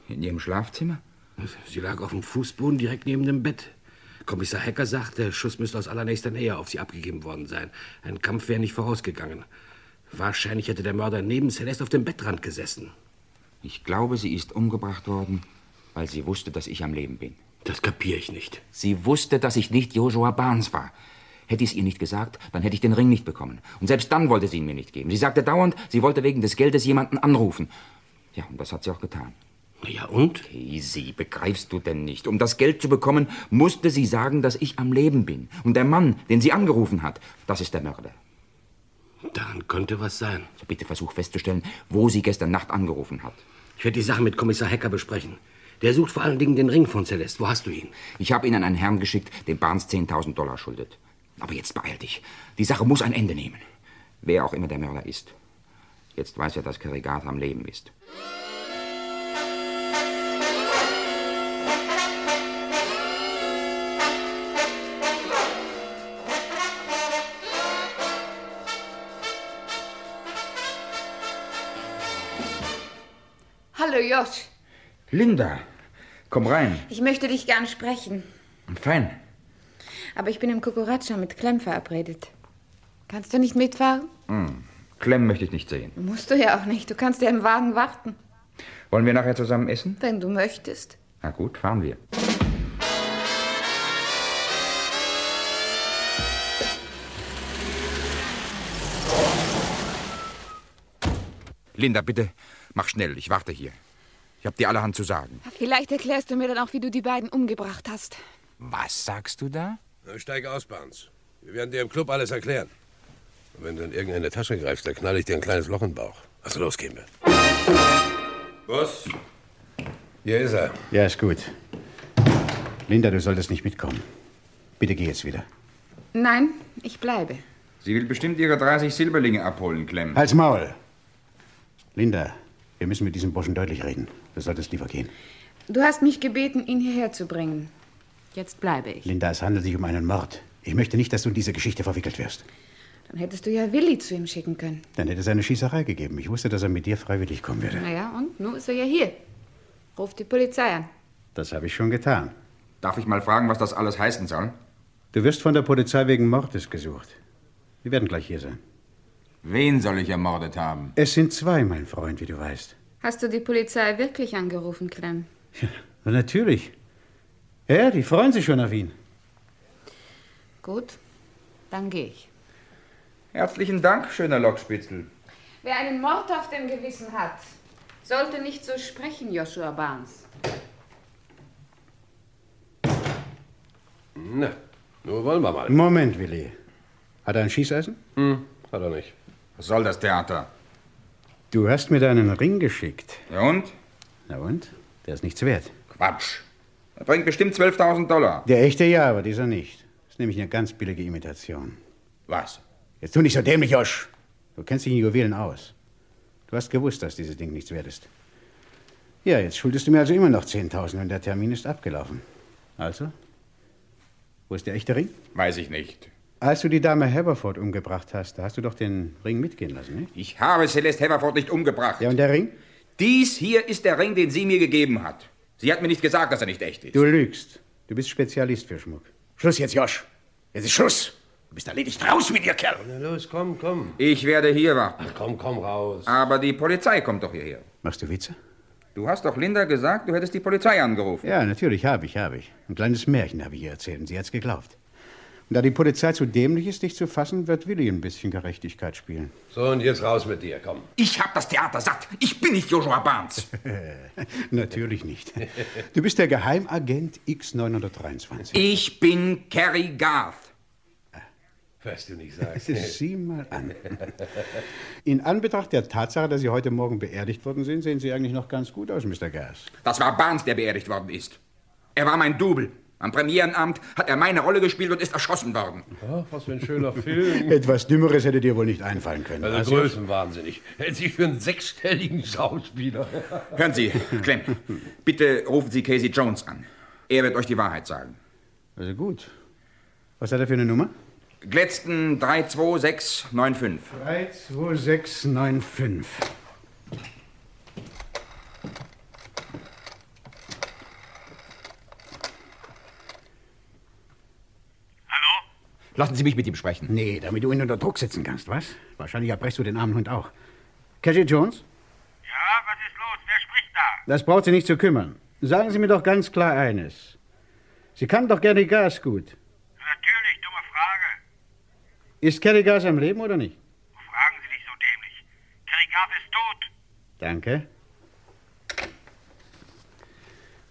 In ihrem Schlafzimmer? Sie lag auf dem Fußboden direkt neben dem Bett. Kommissar Hecker sagt, der Schuss müsste aus allernächster Nähe auf sie abgegeben worden sein. Ein Kampf wäre nicht vorausgegangen. Wahrscheinlich hätte der Mörder neben Celeste auf dem Bettrand gesessen. Ich glaube, sie ist umgebracht worden, weil sie wusste, dass ich am Leben bin. Das kapiere ich nicht. Sie wusste, dass ich nicht Joshua Barnes war. Hätte ich es ihr nicht gesagt, dann hätte ich den Ring nicht bekommen. Und selbst dann wollte sie ihn mir nicht geben. Sie sagte dauernd, sie wollte wegen des Geldes jemanden anrufen. Ja, und das hat sie auch getan. Ja, und? Casey, begreifst du denn nicht? Um das Geld zu bekommen, musste sie sagen, dass ich am Leben bin. Und der Mann, den sie angerufen hat, das ist der Mörder. Daran könnte was sein. So bitte versuch festzustellen, wo sie gestern Nacht angerufen hat. Ich werde die Sache mit Kommissar Hecker besprechen. Der sucht vor allen Dingen den Ring von Celeste. Wo hast du ihn? Ich habe ihn an einen Herrn geschickt, dem Barnes 10.000 Dollar schuldet. Aber jetzt beeil dich. Die Sache muss ein Ende nehmen. Wer auch immer der Mörder ist. Jetzt weiß er, dass Kerrigat am Leben ist. Hallo Josh, Linda, komm rein. ich möchte dich gern sprechen, Fein. aber ich bin im Kukuracha mit Clem verabredet. Kannst du nicht mitfahren? Hm. Clem möchte ich nicht sehen. Musst du ja auch nicht, du kannst ja im Wagen warten, Wollen wir nachher zusammen essen? wenn du möchtest. Na gut, fahren wir. Linda, bitte, mach schnell, ich warte hier. Ich hab dir allerhand zu sagen. Vielleicht erklärst du mir dann auch, wie du die beiden umgebracht hast. Was sagst du da? Na, steig aus, Barnes. Wir werden dir im Club alles erklären. Und wenn du in irgendeine Tasche greifst, dann knall ich dir ein kleines Loch in den Bauch. Also los, gehen wir. Boss, hier ist er. Ja, ist gut. Linda, du solltest nicht mitkommen. Bitte geh jetzt wieder. Nein, ich bleibe. Sie will bestimmt ihre 30 Silberlinge abholen, Clem. Halt's Maul! Linda, wir müssen mit diesem Burschen deutlich reden. Du solltest lieber gehen. Du hast mich gebeten, ihn hierher zu bringen. Jetzt bleibe ich. Linda, es handelt sich um einen Mord. Ich möchte nicht, dass du in diese Geschichte verwickelt wirst. Dann hättest du ja Willi zu ihm schicken können. Dann hätte es eine Schießerei gegeben. Ich wusste, dass er mit dir freiwillig kommen würde. Naja, und nun ist er ja hier. Ruf die Polizei an. Das habe ich schon getan. Darf ich mal fragen, was das alles heißen soll? Du wirst von der Polizei wegen Mordes gesucht. Wir werden gleich hier sein. Wen soll ich ermordet haben? Es sind zwei, mein Freund, wie du weißt. Hast du die Polizei wirklich angerufen, Clem? Na, natürlich. Ja, die freuen sich schon auf ihn. Gut, dann gehe ich. Herzlichen Dank, schöner Lockspitzel. Wer einen Mord auf dem Gewissen hat, sollte nicht so sprechen, Joshua Barnes. Na, nur wollen wir mal. Moment, Willi. Hat er ein Schießeisen? Hm, hat er nicht. Was soll das Theater? Du hast mir deinen Ring geschickt. Ja und? Na und? Der ist nichts wert. Quatsch. Er bringt bestimmt 12.000 Dollar. Der echte ja, aber dieser nicht. Das ist nämlich eine ganz billige Imitation. Was? Jetzt tu nicht so dämlich, Josch. Du kennst dich in Juwelen aus. Du hast gewusst, dass dieses Ding nichts wert ist. Ja, jetzt schuldest du mir also immer noch 10.000 und der Termin ist abgelaufen. Also? Wo ist der echte Ring? Weiß ich nicht. Als du die Dame Haverford umgebracht hast, da hast du doch den Ring mitgehen lassen, nicht? Ich habe Celeste Haverford nicht umgebracht. Ja, und der Ring? Dies hier ist der Ring, den sie mir gegeben hat. Sie hat mir nicht gesagt, dass er nicht echt ist. Du lügst. Du bist Spezialist für Schmuck. Schluss jetzt, Josch. Jetzt ist Schluss. Du bist erledigt. Raus mit dir, Kerl! Na los, komm, komm. Ich werde hier warten. komm, komm raus. Aber die Polizei kommt doch hierher. Machst du Witze? Du hast doch Linda gesagt, du hättest die Polizei angerufen. Ja, natürlich, habe ich, habe ich. Ein kleines Märchen habe ich ihr erzählt und sie hat's geglaubt. Und da die Polizei zu dämlich ist, dich zu fassen, wird Willi ein bisschen Gerechtigkeit spielen. So, und jetzt raus mit dir, komm. Ich hab das Theater satt. Ich bin nicht Joshua Barnes. natürlich nicht. Du bist der Geheimagent X923. Ich bin Kerry Garth. Was du nicht sagst. Sieh mal an. In Anbetracht der Tatsache, dass Sie heute Morgen beerdigt worden sind, sehen Sie eigentlich noch ganz gut aus, Mr. Gas. Das war Barnes, der beerdigt worden ist. Er war mein Double. Am Premierenamt hat er meine Rolle gespielt und ist erschossen worden. Ach, was für ein schöner Film. Etwas Dümmeres hätte dir wohl nicht einfallen können. Also was? größenwahnsinnig. Hält sich für einen sechsstelligen Schauspieler. Hören Sie, Clem, bitte rufen Sie Casey Jones an. Er wird euch die Wahrheit sagen. Also gut. Was hat er für eine Nummer? Gletzten 32695. 32695. Lassen Sie mich mit ihm sprechen. Nee, damit du ihn unter Druck setzen kannst, was? Wahrscheinlich erbrechst du den armen Hund auch. Cashier Jones? Ja, was ist los? Wer spricht da? Das braucht Sie nicht zu kümmern. Sagen Sie mir doch ganz klar eines. Sie kann doch Gary Gas gut. Natürlich, dumme Frage. Ist Gary Gas am Leben oder nicht? Fragen Sie nicht so dämlich. Gary Gas ist tot. Danke.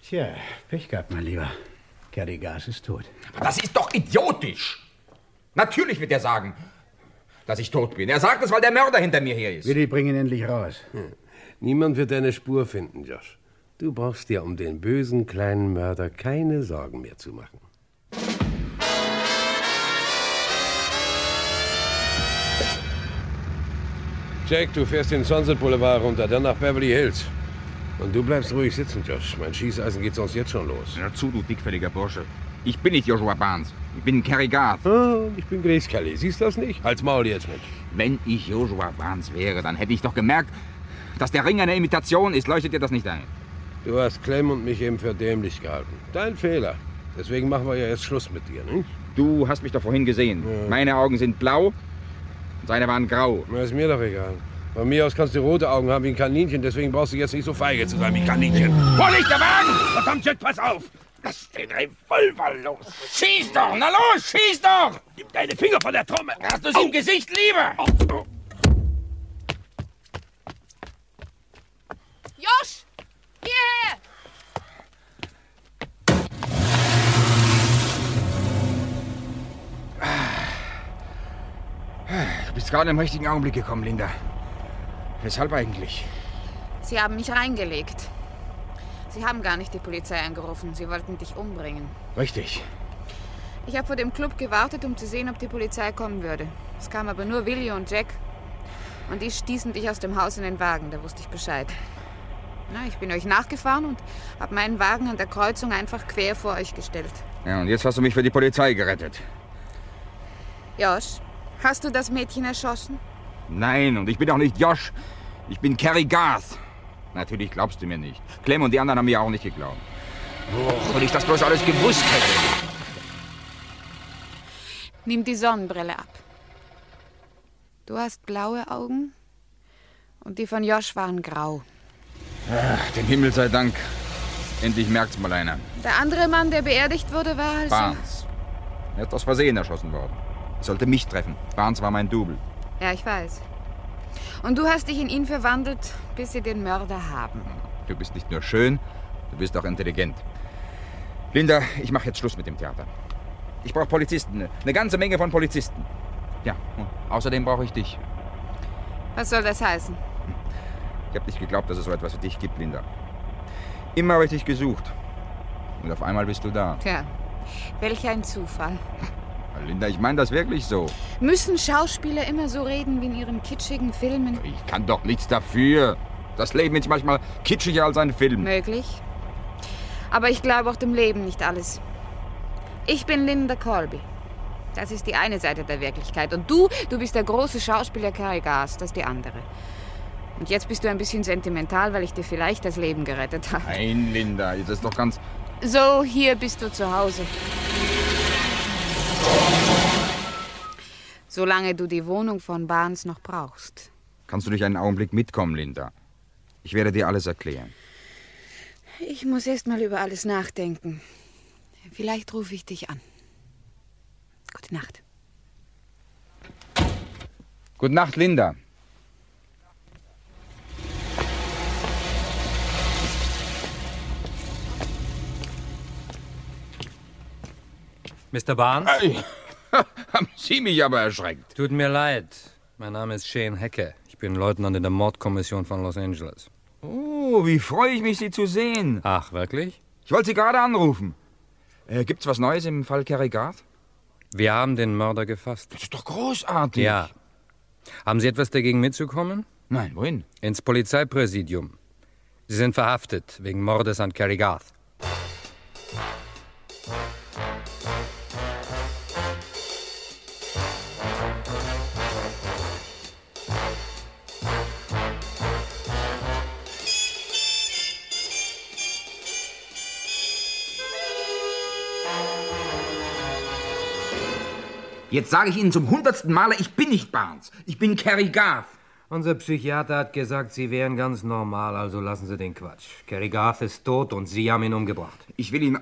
Tja, Pech gehabt, mein Lieber. Gary Gas ist tot. Das ist doch idiotisch. Natürlich wird er sagen, dass ich tot bin. Er sagt es, weil der Mörder hinter mir her ist. Willi, bring ihn endlich raus. Niemand wird deine Spur finden, Josh. Du brauchst dir um den bösen kleinen Mörder keine Sorgen mehr zu machen. Jack, du fährst den Sunset Boulevard runter, dann nach Beverly Hills. Und du bleibst ruhig sitzen, Josh. Mein Schießeisen geht sonst jetzt schon los. Hör zu, du dickfälliger Bursche. Ich bin nicht Joshua Barnes. Ich bin Kerry Garth. Ah, ich bin Grace Kelly. Siehst du das nicht? Halt's Maul jetzt, Mensch. Wenn ich Joshua Barnes wäre, dann hätte ich doch gemerkt, dass der Ring eine Imitation ist. Leuchtet dir das nicht ein? Du hast Clem und mich eben für dämlich gehalten. Dein Fehler. Deswegen machen wir ja jetzt Schluss mit dir, nicht? Du hast mich doch vorhin gesehen. Meine Augen sind blau und seine waren grau. Ist mir doch egal. Von mir aus kannst du rote Augen haben wie ein Kaninchen, deswegen brauchst du jetzt nicht so feige zu sein wie ein Kaninchen. Vorsicht, der Wagen! Verdammt, Jack, pass auf! Lass den Revolver los! Schieß doch! Na los, schieß doch! Nimm deine Finger von der Trommel! Hast du sie im Gesicht lieber? Josh! Hierher! Du bist gerade im richtigen Augenblick gekommen, Linda. Weshalb eigentlich? Sie haben mich reingelegt. Sie haben gar nicht die Polizei angerufen. Sie wollten dich umbringen. Richtig. Ich habe vor dem Club gewartet, um zu sehen, ob die Polizei kommen würde. Es kam aber nur Willi und Jack. Und die stießen dich aus dem Haus in den Wagen. Da wusste ich Bescheid. Na, ich bin euch nachgefahren und habe meinen Wagen an der Kreuzung einfach quer vor euch gestellt. Ja, und jetzt hast du mich für die Polizei gerettet. Josh, hast du das Mädchen erschossen? Nein, und ich bin auch nicht Josh. Ich bin Kerry Garth. Natürlich glaubst du mir nicht. Clem und die anderen haben mir auch nicht geglaubt. Och, wenn ich das bloß alles gewusst hätte. Nimm die Sonnenbrille ab. Du hast blaue Augen und die von Josh waren grau. Ach, dem Himmel sei Dank. Endlich merkt's mal einer. Der andere Mann, der beerdigt wurde, war also... Barnes. Er ist aus Versehen erschossen worden. Er sollte mich treffen. Barnes war mein Double. Ja, ich weiß. Und du hast dich in ihn verwandelt, bis sie den Mörder haben. Du bist nicht nur schön, du bist auch intelligent. Linda, ich mache jetzt Schluss mit dem Theater. Ich brauche Polizisten. Eine ganze Menge von Polizisten. Ja, und außerdem brauche ich dich. Was soll das heißen? Ich habe nicht geglaubt, dass es so etwas für dich gibt, Linda. Immer habe ich dich gesucht. Und auf einmal bist du da. Tja, welch ein Zufall. Linda, ich meine das wirklich so. Müssen Schauspieler immer so reden wie in ihren kitschigen Filmen? Ich kann doch nichts dafür. Das Leben ist manchmal kitschiger als ein Film. Möglich. Aber ich glaube auch dem Leben nicht alles. Ich bin Linda Colby. Das ist die eine Seite der Wirklichkeit. Und du, du bist der große Schauspieler Cary Gas, das ist die andere. Und jetzt bist du ein bisschen sentimental, weil ich dir vielleicht das Leben gerettet habe. Nein, Linda, jetzt ist doch ganz... So, hier bist du zu Hause. Solange du die Wohnung von Barnes noch brauchst. Kannst du dich einen Augenblick mitkommen, Linda? Ich werde dir alles erklären. Ich muss erst mal über alles nachdenken. Vielleicht rufe ich dich an. Gute Nacht. Gute Nacht, Linda. Mr. Barnes? Haben Sie mich aber erschreckt. Tut mir leid. Mein Name ist Shane Hecke. Ich bin Leutnant in der Mordkommission von Los Angeles. Oh, wie freue ich mich, Sie zu sehen. Ach, wirklich? Ich wollte Sie gerade anrufen. Äh, gibt's was Neues im Fall Kerry Garth? Wir haben den Mörder gefasst. Das ist doch großartig. Ja. Haben Sie etwas dagegen mitzukommen? Nein, wohin? Ins Polizeipräsidium. Sie sind verhaftet wegen Mordes an Kerry Garth. Jetzt sage ich Ihnen zum hundertsten Male, ich bin nicht Barnes. Ich bin Kerry Garth. Unser Psychiater hat gesagt, Sie wären ganz normal, also lassen Sie den Quatsch. Kerry Garth ist tot und Sie haben ihn umgebracht. Ich will ihn.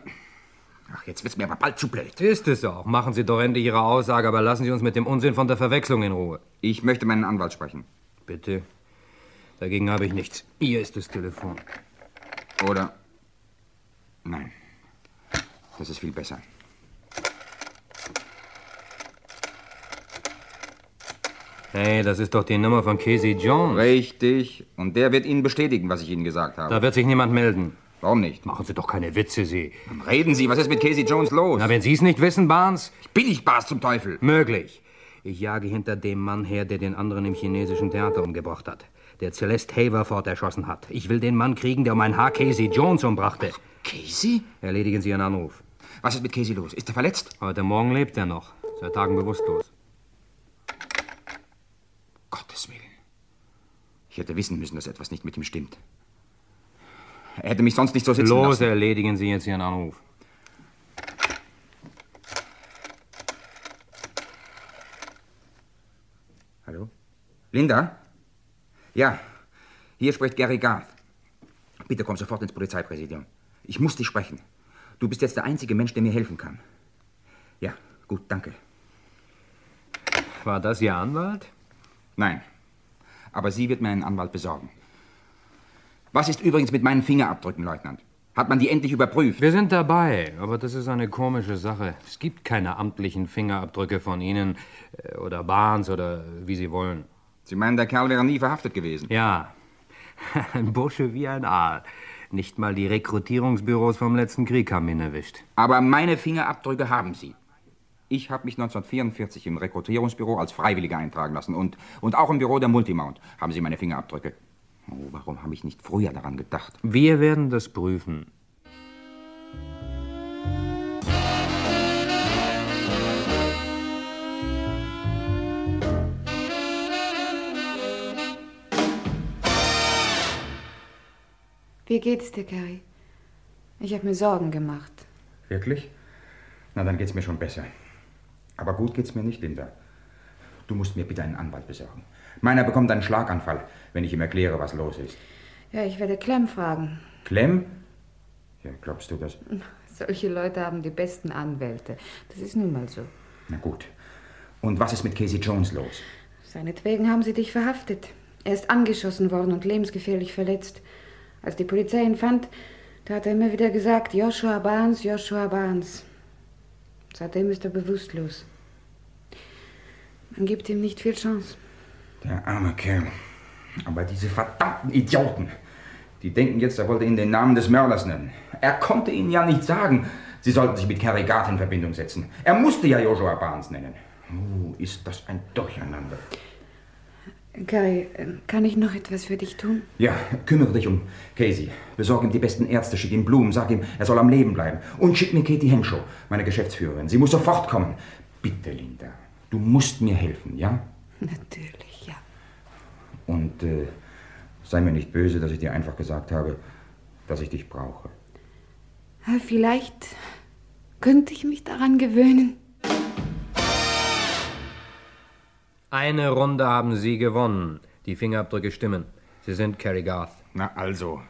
Ach, jetzt wird's mir aber bald zu blöd. Ist es auch. Machen Sie doch endlich Ihre Aussage, aber lassen Sie uns mit dem Unsinn von der Verwechslung in Ruhe. Ich möchte meinen Anwalt sprechen. Bitte. Dagegen habe ich nichts. Hier ist das Telefon. Oder. Nein. Das ist viel besser. Hey, das ist doch die Nummer von Casey Jones. Richtig. Und der wird Ihnen bestätigen, was ich Ihnen gesagt habe. Da wird sich niemand melden. Warum nicht? Machen Sie doch keine Witze, Sie. Dann reden Sie, was ist mit Casey Jones los? Na, wenn Sie es nicht wissen, Barnes. Ich bin nicht Barnes zum Teufel. Möglich. Ich jage hinter dem Mann her, der den anderen im chinesischen Theater umgebracht hat. Der Celeste Haverford erschossen hat. Ich will den Mann kriegen, der um ein Haar Casey Jones umbrachte. Casey? Erledigen Sie Ihren Anruf. Was ist mit Casey los? Ist er verletzt? Heute Morgen lebt er noch. Seit Tagen bewusstlos. Gottes Willen. Ich hätte wissen müssen, dass etwas nicht mit ihm stimmt. Er hätte mich sonst nicht so sitzen Los, lassen. erledigen Sie jetzt Ihren Anruf. Hallo? Linda? Ja, hier spricht Gary Garth. Bitte komm sofort ins Polizeipräsidium. Ich muss dich sprechen. Du bist jetzt der einzige Mensch, der mir helfen kann. Ja, gut, danke. War das Ihr Anwalt? Nein, aber sie wird mir einen Anwalt besorgen. Was ist übrigens mit meinen Fingerabdrücken, Leutnant? Hat man die endlich überprüft? Wir sind dabei, aber das ist eine komische Sache. Es gibt keine amtlichen Fingerabdrücke von Ihnen äh, oder Barnes oder wie Sie wollen. Sie meinen, der Kerl wäre nie verhaftet gewesen? Ja. Ein Bursche wie ein Aal. Nicht mal die Rekrutierungsbüros vom letzten Krieg haben ihn erwischt. Aber meine Fingerabdrücke haben Sie. Ich habe mich 1944 im Rekrutierungsbüro als Freiwilliger eintragen lassen und, und auch im Büro der Multimount haben Sie meine Fingerabdrücke. Oh, warum habe ich nicht früher daran gedacht? Wir werden das prüfen. Wie geht's dir, Carrie? Ich habe mir Sorgen gemacht. Wirklich? Na, dann geht's mir schon besser. Aber gut geht's mir nicht, Linda. Du musst mir bitte einen Anwalt besorgen. Meiner bekommt einen Schlaganfall, wenn ich ihm erkläre, was los ist. Ja, ich werde Clem fragen. Clem? Ja, glaubst du das? Solche Leute haben die besten Anwälte. Das ist nun mal so. Na gut. Und was ist mit Casey Jones los? Seinetwegen haben sie dich verhaftet. Er ist angeschossen worden und lebensgefährlich verletzt. Als die Polizei ihn fand, da hat er immer wieder gesagt, Joshua Barnes, Joshua Barnes. Seitdem ist er bewusstlos. Man gibt ihm nicht viel Chance. Der arme Kerl. Aber diese verdammten Idioten. Die denken jetzt, er wollte ihnen den Namen des Mörders nennen. Er konnte ihnen ja nicht sagen, sie sollten sich mit Kerry Garth in Verbindung setzen. Er musste ja Joshua Barnes nennen. Oh, ist das ein Durcheinander. Kai, äh, kann ich noch etwas für dich tun? Ja, kümmere dich um Casey. Besorg ihm die besten Ärzte, schick ihm Blumen, sag ihm, er soll am Leben bleiben. Und schick mir Katie Henshaw, meine Geschäftsführerin. Sie muss sofort kommen. Bitte, Linda, du musst mir helfen, ja? Natürlich, ja. Und äh, sei mir nicht böse, dass ich dir einfach gesagt habe, dass ich dich brauche. Ah, Vielleicht könnte ich mich daran gewöhnen. Eine Runde haben Sie gewonnen. Die Fingerabdrücke stimmen. Sie sind Kerry Garth. Na also,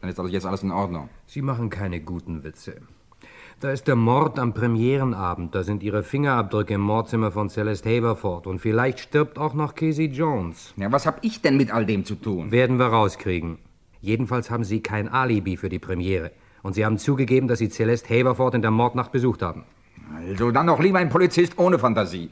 dann ist also jetzt alles in Ordnung. Sie machen keine guten Witze. Da ist der Mord am Premierenabend. Da sind Ihre Fingerabdrücke im Mordzimmer von Celeste Haverford. Und vielleicht stirbt auch noch Casey Jones. Ja, was hab ich denn mit all dem zu tun? Werden wir rauskriegen. Jedenfalls haben Sie kein Alibi für die Premiere. Und Sie haben zugegeben, dass Sie Celeste Haverford in der Mordnacht besucht haben. Also dann noch lieber ein Polizist ohne Fantasie.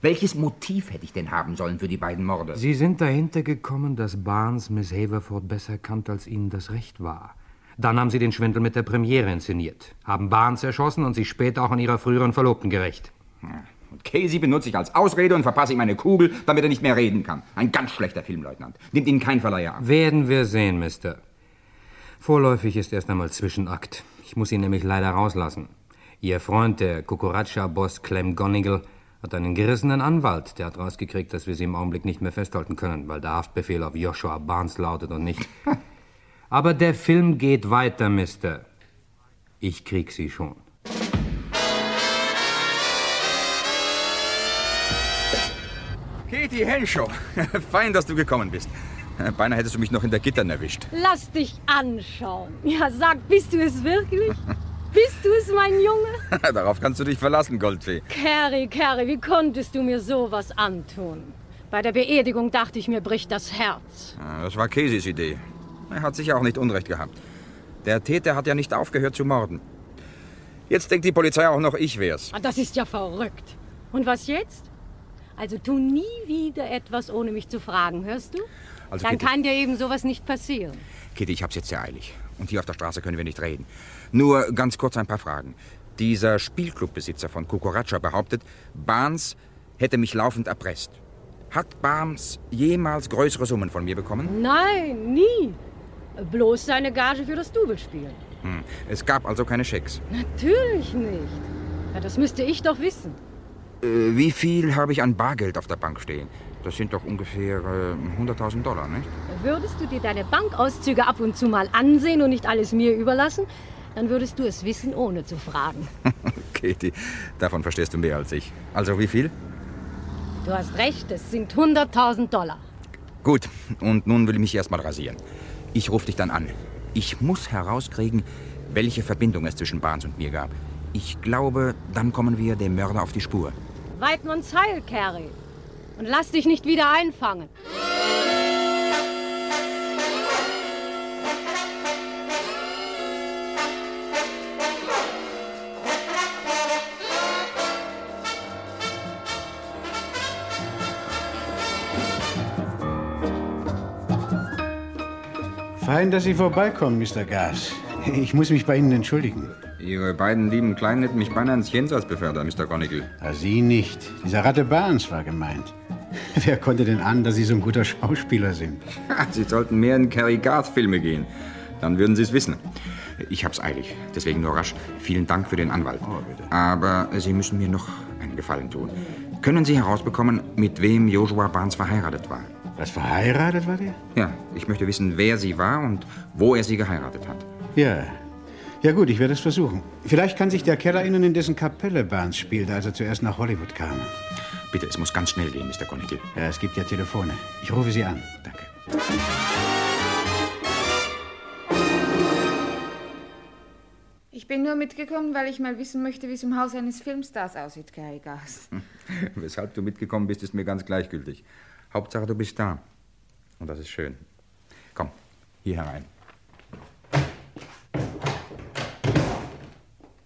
Welches Motiv hätte ich denn haben sollen für die beiden Morde? Sie sind dahinter gekommen, dass Barnes Miss Haverford besser kannte, als Ihnen das Recht war. Dann haben Sie den Schwindel mit der Premiere inszeniert, haben Barnes erschossen und sich später auch an Ihrer früheren Verlobten gerecht. Ja, Und Casey benutze ich als Ausrede und verpasse ihm eine Kugel, damit er nicht mehr reden kann. Ein ganz schlechter Filmleutnant. Nimmt Ihnen kein Verleiher ab. Werden wir sehen, Mister. Vorläufig ist erst einmal Zwischenakt. Ich muss ihn nämlich leider rauslassen. Ihr Freund, der Kukuracha-Boss Clem Gonigal, hat einen gerissenen Anwalt. Der hat rausgekriegt, dass wir sie im Augenblick nicht mehr festhalten können, weil der Haftbefehl auf Joshua Barnes lautet und nicht. Aber der Film geht weiter, Mister. Ich krieg sie schon. Katie Henshaw, fein, dass du gekommen bist. Beinahe hättest du mich noch hinter Gittern erwischt. Lass dich anschauen. Ja, sag, bist du es wirklich? Bist du es, mein Junge? Darauf kannst du dich verlassen, Goldfee. Carrie, Carrie, wie konntest du mir sowas antun? Bei der Beerdigung dachte ich, mir bricht das Herz. Ah, Das war Caseys Idee. Er hat sicher auch nicht Unrecht gehabt. Der Täter hat ja nicht aufgehört zu morden. Jetzt denkt die Polizei auch noch, ich wär's. Ah, Das ist ja verrückt. Und was jetzt? Also tu nie wieder etwas, ohne mich zu fragen, hörst du? Also Dann bitte. kann dir eben sowas nicht passieren. Kitty, ich hab's jetzt sehr eilig. Und hier auf der Straße können wir nicht reden. Nur ganz kurz ein paar Fragen. Dieser Spielclubbesitzer von Kukoratscha behauptet, Barnes hätte mich laufend erpresst. Hat Barnes jemals größere Summen von mir bekommen? Nein, nie. Bloß seine Gage für das Double-Spiel. Hm. Es gab also keine Schecks. Natürlich nicht. Ja, das müsste ich doch wissen. Äh, wie viel habe ich an Bargeld auf der Bank stehen? Das sind doch ungefähr äh, 100.000 Dollar, nicht? Würdest du dir deine Bankauszüge ab und zu mal ansehen und nicht alles mir überlassen, dann würdest du es wissen, ohne zu fragen. Katie, davon verstehst du mehr als ich. Also wie viel? Du hast recht, es sind 100.000 Dollar. Gut, und nun will ich mich erstmal rasieren. Ich rufe dich dann an. Ich muss herauskriegen, welche Verbindung es zwischen Barnes und mir gab. Ich glaube, dann kommen wir dem Mörder auf die Spur. Weidmanns Heil, Carrie. Und lass dich nicht wieder einfangen. Fein, dass Sie vorbeikommen, Mr. Gas. Ich muss mich bei Ihnen entschuldigen. Ihre beiden lieben Kleinen hätten mich beinahe ins Jenseits befördert, Mr. Conigal. Ah, Sie nicht. Dieser Ratte Barnes war gemeint. Wer konnte denn an, dass Sie so ein guter Schauspieler sind? Sie sollten mehr in Cary Garth-Filme gehen. Dann würden Sie es wissen. Ich hab's eilig, deswegen nur rasch. Vielen Dank für den Anwalt. Oh, Aber äh, Sie müssen mir noch einen Gefallen tun. Können Sie herausbekommen, mit wem Joshua Barnes verheiratet war? Was verheiratet war der? Ja, ich möchte wissen, wer sie war und wo er sie geheiratet hat. Ja. Ja gut, ich werde es versuchen. Vielleicht kann sich der Kerl erinnern, in dessen Kapelle Barnes spielte, als er zuerst nach Hollywood kam. Bitte, es muss ganz schnell gehen, Mr. Conigal. Ja, es gibt ja Telefone. Ich rufe Sie an. Ich bin nur mitgekommen, weil ich mal wissen möchte, wie es im Haus eines Filmstars aussieht, Carrie Gas. Weshalb du mitgekommen bist, ist mir ganz gleichgültig. Hauptsache, du bist da. Und das ist schön. Komm, hier herein.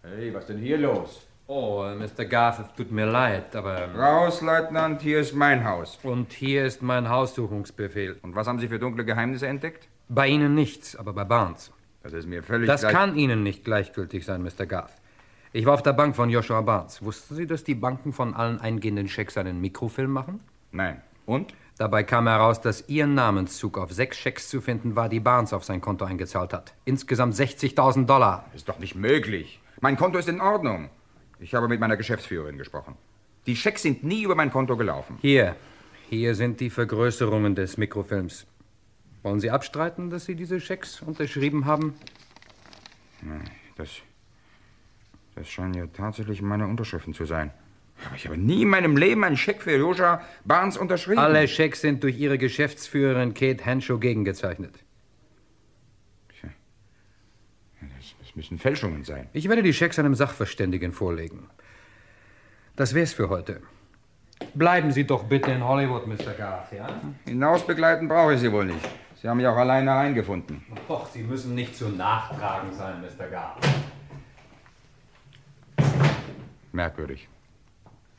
Hey, was denn hier los? Oh, äh, Mr. Garth, es tut mir leid, aber... ähm, Raus, Leutnant, hier ist mein Haus. Und hier ist mein Haussuchungsbefehl. Und was haben Sie für dunkle Geheimnisse entdeckt? Bei Ihnen nichts, aber bei Barnes. Das ist mir völlig Das gleich- kann Ihnen nicht gleichgültig sein, Mr. Garth. Ich war auf der Bank von Joshua Barnes. Wussten Sie, dass die Banken von allen eingehenden Schecks einen Mikrofilm machen? Nein. Und? Dabei kam heraus, dass Ihr Namenszug auf sechs Schecks zu finden war, die Barnes auf sein Konto eingezahlt hat. Insgesamt 60.000 Dollar. Ist doch nicht möglich. Mein Konto ist in Ordnung. Ich habe mit meiner Geschäftsführerin gesprochen. Die Schecks sind nie über mein Konto gelaufen. Hier, hier sind die Vergrößerungen des Mikrofilms. Wollen Sie abstreiten, dass Sie diese Schecks unterschrieben haben? Nein, Das, das scheinen ja tatsächlich meine Unterschriften zu sein. Aber ich habe nie in meinem Leben einen Scheck für Joscha Barnes unterschrieben. Alle Schecks sind durch Ihre Geschäftsführerin Kate Henshaw gegengezeichnet. Das müssen Fälschungen sein. Ich werde die Schecks einem Sachverständigen vorlegen. Das wär's für heute. Bleiben Sie doch bitte in Hollywood, Mr. Garth, ja? Hinausbegleiten brauche ich Sie wohl nicht. Sie haben mich auch alleine eingefunden. Och, Sie müssen nicht zu nachtragend sein, Mr. Garth. Merkwürdig.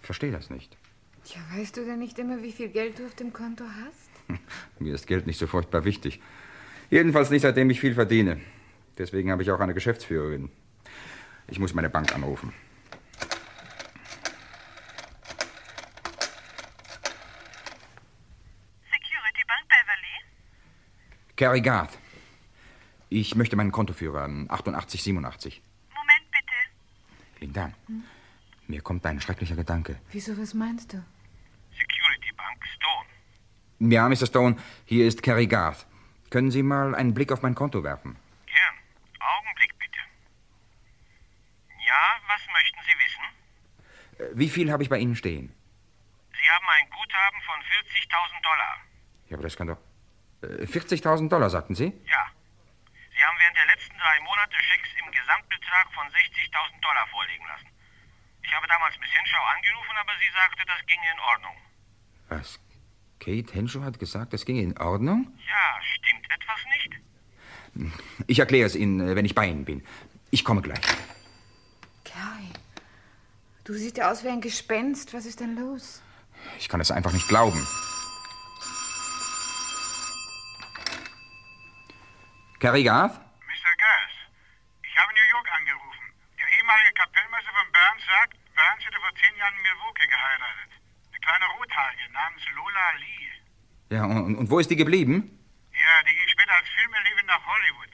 Verstehe das nicht. Ja, weißt du denn nicht immer, wie viel Geld du auf dem Konto hast? Mir ist Geld nicht so furchtbar wichtig. Jedenfalls nicht, seitdem ich viel verdiene. Deswegen habe ich auch eine Geschäftsführerin. Ich muss meine Bank anrufen. Security Bank Beverly? Carrie Garth. Ich möchte meinen Kontoführer an 8887. Moment bitte. Vielen Dank. Mir kommt ein schrecklicher Gedanke. Hm? Wieso, was meinst du? Ja, Mr. Stone, hier ist Carrie Garth. Können Sie mal einen Blick auf mein Konto werfen? Gern. Augenblick bitte. Ja, was möchten Sie wissen? Äh, Wie viel habe ich bei Ihnen stehen? Sie haben ein ein Guthaben von 40.000 Dollar. Ja, aber das kann doch. Äh, 40.000 Dollar, sagten Sie? Ja. Sie haben während der letzten drei Monate Schecks im Gesamtbetrag von 60.000 Dollar vorlegen lassen. Ich habe damals Miss Henshaw angerufen, aber sie sagte, das ginge in Ordnung. Was? Kate Henshaw hat gesagt, das ginge in Ordnung? Ja, stimmt etwas nicht? Ich erkläre es Ihnen, äh, wenn ich bei Ihnen bin. Ich komme gleich. Carrie, du siehst ja aus wie ein Gespenst. Was ist denn los? Ich kann es einfach nicht glauben. Carrie Garth? Mr. Gas, ich habe New York angerufen. Der ehemalige Kapellmeister von Burns sagt, Burns hätte vor zehn Jahren in Milwaukee geheiratet. Eine kleine Rothaarige namens Lola Lee. Ja, und, und wo ist die geblieben? Ja, die ging später als Filmerlebin nach Hollywood.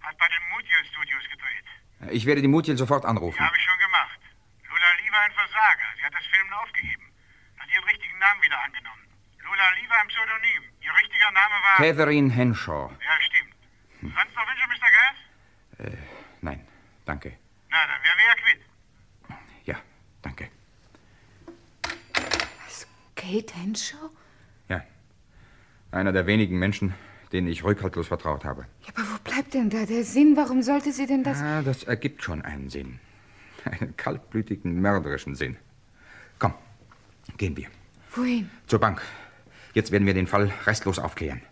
Hat bei den Mutiel Studios gedreht. Ich werde die Muthiel sofort anrufen. Habe ich schon gemacht. Lola Lee war ein Versager. Sie hat das Filmen aufgegeben. Hat ihren richtigen Namen wieder angenommen. Lola Lee war ein Pseudonym. Ihr richtiger Name war... Catherine Henshaw. Hm. Ja, stimmt. Sonst noch Wünsche, Mr. Gas? Äh, nein, danke. Na, dann wären wir ja quitt. Ja, danke. Kate Henshaw? Einer der wenigen Menschen, denen ich rückhaltlos vertraut habe. Ja, aber wo bleibt denn da der Sinn? Warum sollte sie denn das... Ah, das ergibt schon einen Sinn. Einen kaltblütigen, mörderischen Sinn. Komm, gehen wir. Wohin? Zur Bank. Jetzt werden wir den Fall restlos aufklären.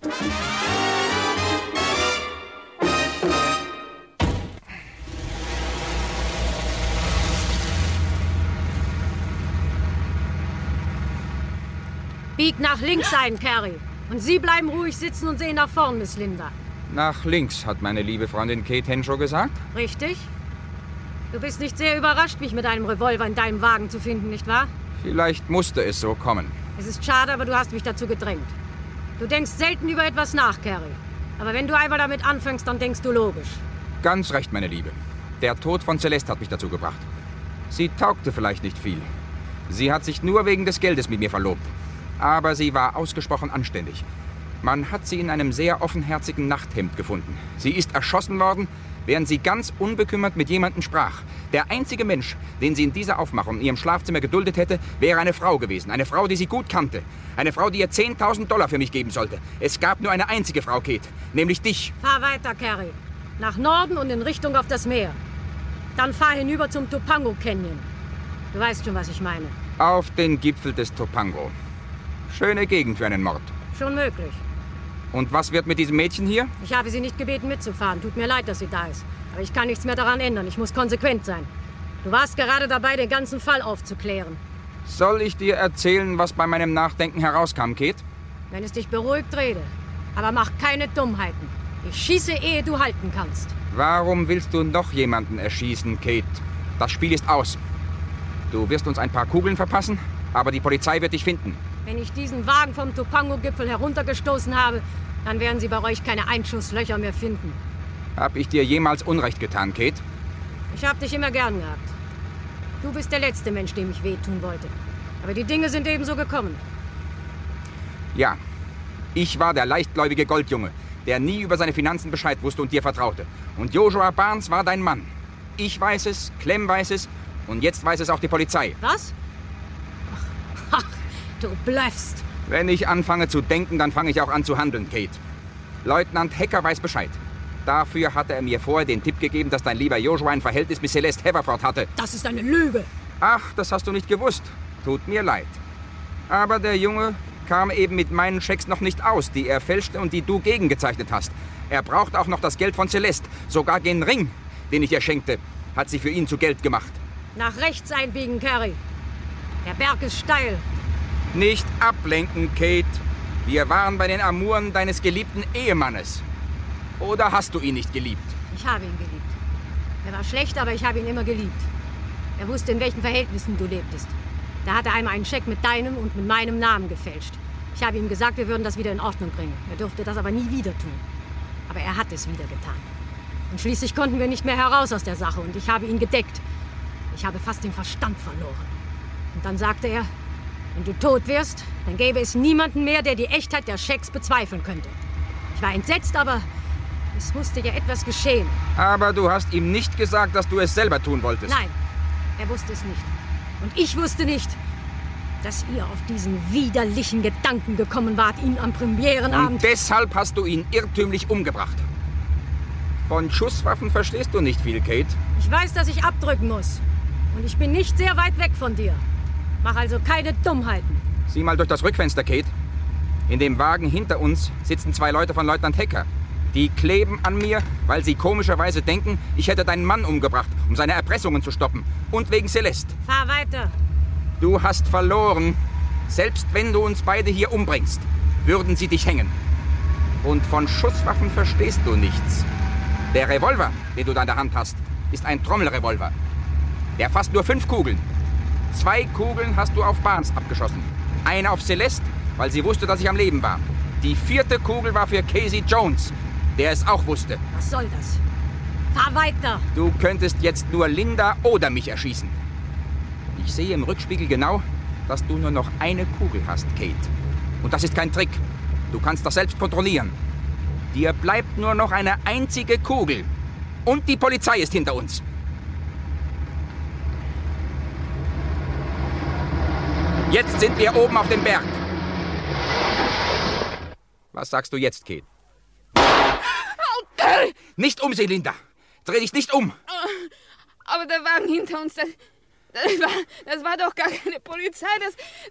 Bieg nach links ein, Carrie. Und Sie bleiben ruhig sitzen und sehen nach vorn, Miss Linda. Nach links, hat meine liebe Freundin Kate Henshaw gesagt. Richtig? Du bist nicht sehr überrascht, mich mit einem Revolver in deinem Wagen zu finden, nicht wahr? Vielleicht musste es so kommen. Es ist schade, aber du hast mich dazu gedrängt. Du denkst selten über etwas nach, Carrie. Aber wenn du einmal damit anfängst, dann denkst du logisch. Ganz recht, meine Liebe. Der Tod von Celeste hat mich dazu gebracht. Sie taugte vielleicht nicht viel. Sie hat sich nur wegen des Geldes mit mir verlobt. Aber sie war ausgesprochen anständig. Man hat sie in einem sehr offenherzigen Nachthemd gefunden. Sie ist erschossen worden, während sie ganz unbekümmert mit jemandem sprach. Der einzige Mensch, den sie in dieser Aufmachung in ihrem Schlafzimmer geduldet hätte, wäre eine Frau gewesen. Eine Frau, die sie gut kannte. Eine Frau, die ihr 10.000 Dollar für mich geben sollte. Es gab nur eine einzige Frau, Kate, nämlich dich. Fahr weiter, Carrie. Nach Norden und in Richtung auf das Meer. Dann fahr hinüber zum Topango Canyon. Du weißt schon, was ich meine. Auf den Gipfel des Topango. Schöne Gegend für einen Mord. Schon möglich. Und was wird mit diesem Mädchen hier? Ich habe sie nicht gebeten, mitzufahren. Tut mir leid, dass sie da ist. Aber ich kann nichts mehr daran ändern. Ich muss konsequent sein. Du warst gerade dabei, den ganzen Fall aufzuklären. Soll ich dir erzählen, was bei meinem Nachdenken herauskam, Kate? Wenn es dich beruhigt, rede. Aber mach keine Dummheiten. Ich schieße, ehe du halten kannst. Warum willst du noch jemanden erschießen, Kate? Das Spiel ist aus. Du wirst uns ein paar Kugeln verpassen, aber die Polizei wird dich finden. Wenn ich diesen Wagen vom Topango-Gipfel heruntergestoßen habe, dann werden sie bei euch keine Einschusslöcher mehr finden. Hab ich dir jemals Unrecht getan, Kate? Ich habe dich immer gern gehabt. Du bist der letzte Mensch, dem ich wehtun wollte. Aber die Dinge sind ebenso gekommen. Ja. Ich war der leichtgläubige Goldjunge, der nie über seine Finanzen Bescheid wusste und dir vertraute. Und Joshua Barnes war dein Mann. Ich weiß es, Clem weiß es und jetzt weiß es auch die Polizei. Was? Ach, du blöffst. Wenn ich anfange zu denken, dann fange ich auch an zu handeln, Kate. Leutnant Hecker weiß Bescheid. Dafür hatte er mir vorher den Tipp gegeben, dass dein lieber Joshua ein Verhältnis mit Celeste Haverford hatte. Das ist eine Lüge. Ach, das hast du nicht gewusst. Tut mir leid. Aber der Junge kam eben mit meinen Schecks noch nicht aus, die er fälschte und die du gegengezeichnet hast. Er braucht auch noch das Geld von Celeste, sogar den Ring, den ich ihr schenkte, hat sie für ihn zu Geld gemacht. Nach rechts einbiegen, Carrie. Der Berg ist steil. Nicht ablenken, Kate. Wir waren bei den Amuren deines geliebten Ehemannes. Oder hast du ihn nicht geliebt? Ich habe ihn geliebt. Er war schlecht, aber ich habe ihn immer geliebt. Er wusste, in welchen Verhältnissen du lebtest. Da hat er einmal einen Scheck mit deinem und mit meinem Namen gefälscht. Ich habe ihm gesagt, wir würden das wieder in Ordnung bringen. Er durfte das aber nie wieder tun. Aber er hat es wieder getan. Und schließlich konnten wir nicht mehr heraus aus der Sache und ich habe ihn gedeckt. Ich habe fast den Verstand verloren. Und dann sagte er, wenn du tot wirst, dann gäbe es niemanden mehr, der die Echtheit der Schecks bezweifeln könnte. Ich war entsetzt, aber es musste ja etwas geschehen. Aber du hast ihm nicht gesagt, dass du es selber tun wolltest. Nein, er wusste es nicht. Und ich wusste nicht. dass ihr auf diesen widerlichen Gedanken gekommen wart, ihn am Premierenabend. Und deshalb hast du ihn irrtümlich umgebracht. Von Schusswaffen verstehst du nicht viel, Kate. Ich weiß, dass ich abdrücken muss. Und ich bin nicht sehr weit weg von dir. Mach also keine Dummheiten. Sieh mal durch das Rückfenster, Kate. In dem Wagen hinter uns sitzen zwei Leute von Leutnant Hecker. Die kleben an mir, weil sie komischerweise denken, ich hätte deinen Mann umgebracht, um seine Erpressungen zu stoppen. Und wegen Celeste. Fahr weiter. Du hast verloren. Selbst wenn du uns beide hier umbringst, würden sie dich hängen. Und von Schusswaffen verstehst du nichts. Der Revolver, den du da in der Hand hast, ist ein Trommelrevolver. Der fasst nur fünf Kugeln. Zwei Kugeln hast du auf Barnes abgeschossen. Eine auf Celeste, weil sie wusste, dass ich am Leben war. Die vierte Kugel war für Casey Jones, der es auch wusste. Was soll das? Fahr weiter. Du könntest jetzt nur Linda oder mich erschießen. Ich sehe im Rückspiegel genau, dass du nur noch eine Kugel hast, Kate. Und das ist kein Trick. Du kannst das selbst kontrollieren. Dir bleibt nur noch eine einzige Kugel. Und die Polizei ist hinter uns. Jetzt sind wir oben auf dem Berg. Was sagst du jetzt, Kate? Ah. Nicht umsehen, Linda. Dreh dich nicht um. Oh, Aber der Wagen hinter uns, das, das, war, das war doch gar keine Polizei.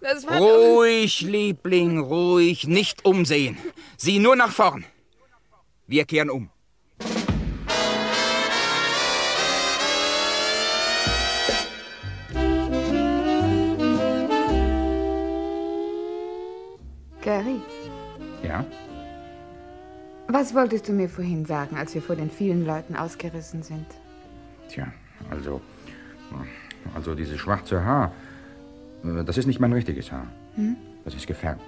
Das, das war doch... Ruhig, Liebling, ruhig. Nicht umsehen. Sieh nur nach vorn. Wir kehren um. Gary, Ja? was wolltest du mir vorhin sagen, als wir vor den vielen Leuten ausgerissen sind? Tja, also. Also dieses schwarze Haar. äh, Das ist nicht mein richtiges Haar. Hm? Das ist gefärbt.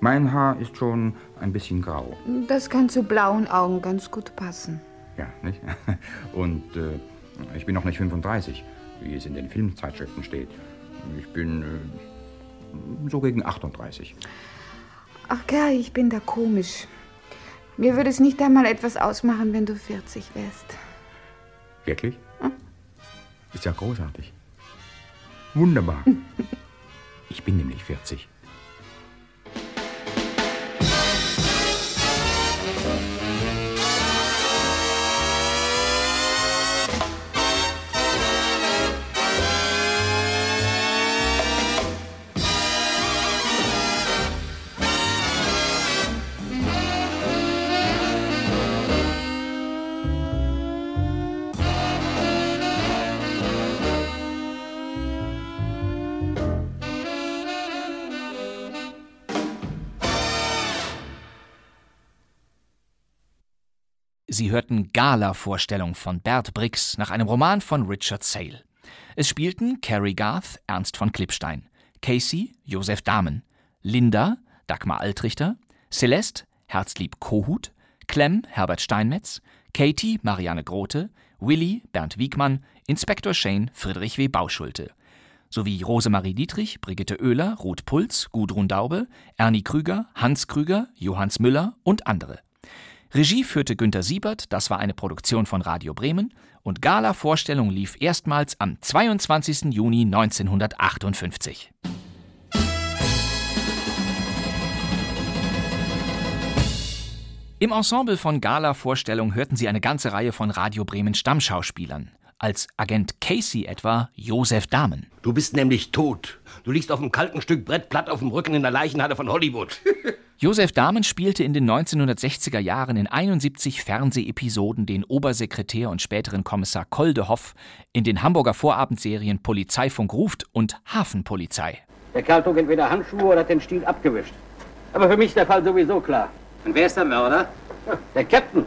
Mein Haar ist schon ein bisschen grau. Das kann zu blauen Augen ganz gut passen. Ja, nicht? Und äh, ich bin noch nicht 35, wie es in den Filmzeitschriften steht. Ich bin äh, so gegen 38. Ach, Gary, ich bin da komisch. Mir würde es nicht einmal etwas ausmachen, wenn du 40 wärst. Wirklich? Ist ja großartig. Wunderbar. Ich bin nämlich 40. Sie hörten Gala-Vorstellung von Bert Brix nach einem Roman von Richard Sale. Es spielten Cary Garth, Ernst von Klippstein, Casey, Josef Dahmen, Linda, Dagmar Altrichter, Celeste, Herzlieb Kohut, Clem, Herbert Steinmetz, Katie, Marianne Grote, Willi, Bernd Wiegmann, Inspektor Shane, Friedrich W. Bauschulte. Sowie Rosemarie Dietrich, Brigitte Oehler, Ruth Puls, Gudrun Daube, Ernie Krüger, Hans Krüger, Johannes Müller und andere. Regie führte Günter Siebert, das war eine Produktion von Radio Bremen und Gala-Vorstellung lief erstmals am 22. Juni 1958. Im Ensemble von Gala-Vorstellung hörten Sie eine ganze Reihe von Radio Bremen Stammschauspielern. Als Agent Casey etwa Josef Dahmen. Du bist nämlich tot. Du liegst auf einem kalten Stück Brett platt auf dem Rücken in der Leichenhalle von Hollywood. Josef Dahmen spielte in den 1960er Jahren in 71 Fernsehepisoden den Obersekretär und späteren Kommissar Koldehoff in den Hamburger Vorabendserien Polizeifunk ruft und Hafenpolizei. Der Kerl trug entweder Handschuhe oder hat den Stiel abgewischt. Aber für mich ist der Fall sowieso klar. Und wer ist der Mörder? Hm, Der Captain.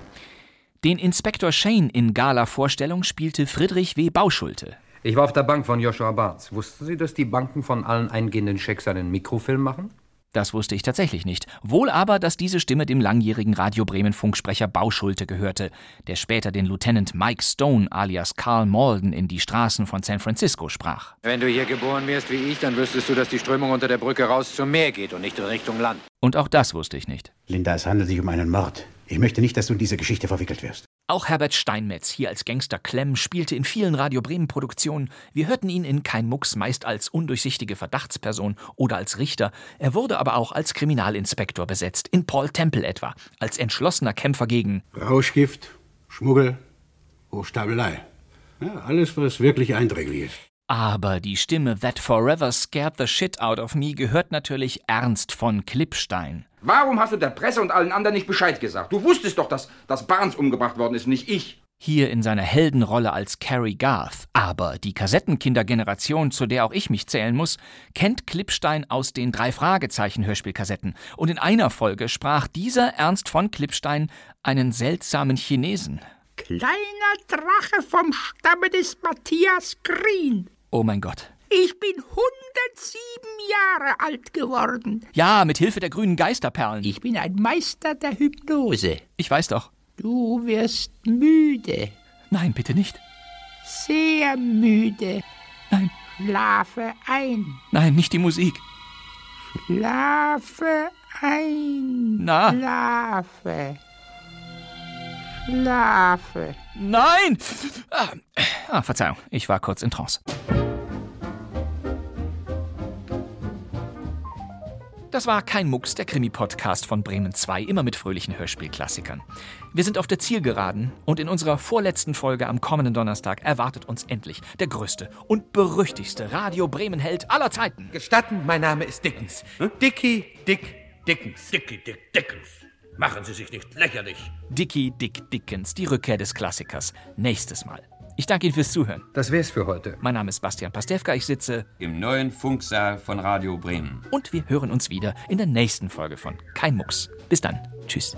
Den Inspektor Shane in Gala-Vorstellung spielte Friedrich W. Bauschulte. Ich war auf der Bank von Joshua Barnes. Wussten Sie, dass die Banken von allen eingehenden Schecks einen Mikrofilm machen? Das wusste ich tatsächlich nicht. Wohl aber, dass diese Stimme dem langjährigen Radio Bremen Funksprecher Bauschulte gehörte, der später den Lieutenant Mike Stone alias Carl Malden in die Straßen von San Francisco sprach. Wenn du hier geboren wärst wie ich, dann wüsstest du, dass die Strömung unter der Brücke raus zum Meer geht und nicht in Richtung Land. Und auch das wusste ich nicht. Linda, es handelt sich um einen Mord. Ich möchte nicht, dass du in diese Geschichte verwickelt wirst. Auch Herbert Steinmetz, hier als Gangster Clem, spielte in vielen Radio Bremen Produktionen. Wir hörten ihn in Kein Mucks meist als undurchsichtige Verdachtsperson oder als Richter. Er wurde aber auch als Kriminalinspektor besetzt, in Paul Temple etwa, als entschlossener Kämpfer gegen Rauschgift, Schmuggel, Hochstapelei. Ja, alles, was wirklich eindringlich ist. Aber die Stimme That Forever Scared the Shit Out of Me gehört natürlich Ernst von Klippstein. Warum hast du der Presse und allen anderen nicht Bescheid gesagt? Du wusstest doch, dass, dass Barnes umgebracht worden ist, nicht ich. Hier in seiner Heldenrolle als Cary Garth, aber die Kassettenkindergeneration, zu der auch ich mich zählen muss, kennt Klippstein aus den drei Fragezeichen Hörspielkassetten. Und in einer Folge sprach dieser Ernst von Klippstein einen seltsamen Chinesen. Kleiner Drache vom Stamme des Matthias Green. Oh mein Gott. Ich bin 107 Jahre alt geworden. Ja, mit Hilfe der grünen Geisterperlen. Ich bin ein Meister der Hypnose. Ich weiß doch. Du wirst müde. Nein, bitte nicht. Sehr müde. Nein. Schlafe ein. Nein, nicht die Musik. Schlafe ein. Na? Schlafe. Schlafe. Nein! Ah, ah, Verzeihung, ich war kurz in Trance. Das war kein Mucks, der Krimi-Podcast von Bremen 2, immer mit fröhlichen Hörspielklassikern. Wir sind auf der Zielgeraden und in unserer vorletzten Folge am kommenden Donnerstag erwartet uns endlich der größte und berüchtigste Radio Bremen-Held aller Zeiten. Hm? Gestatten, mein Name ist Dickens. Dicky Dick Dickens. Dicky Dick Dickens. Machen Sie sich nicht lächerlich. Dicky Dick Dickens, die Rückkehr des Klassikers. Nächstes Mal. Ich danke Ihnen fürs Zuhören. Das wär's für heute. Mein Name ist Bastian Pastewka, ich sitze Im neuen Funksaal von Radio Bremen. und wir hören uns wieder in der nächsten Folge von Kein Mucks. Bis dann. Tschüss.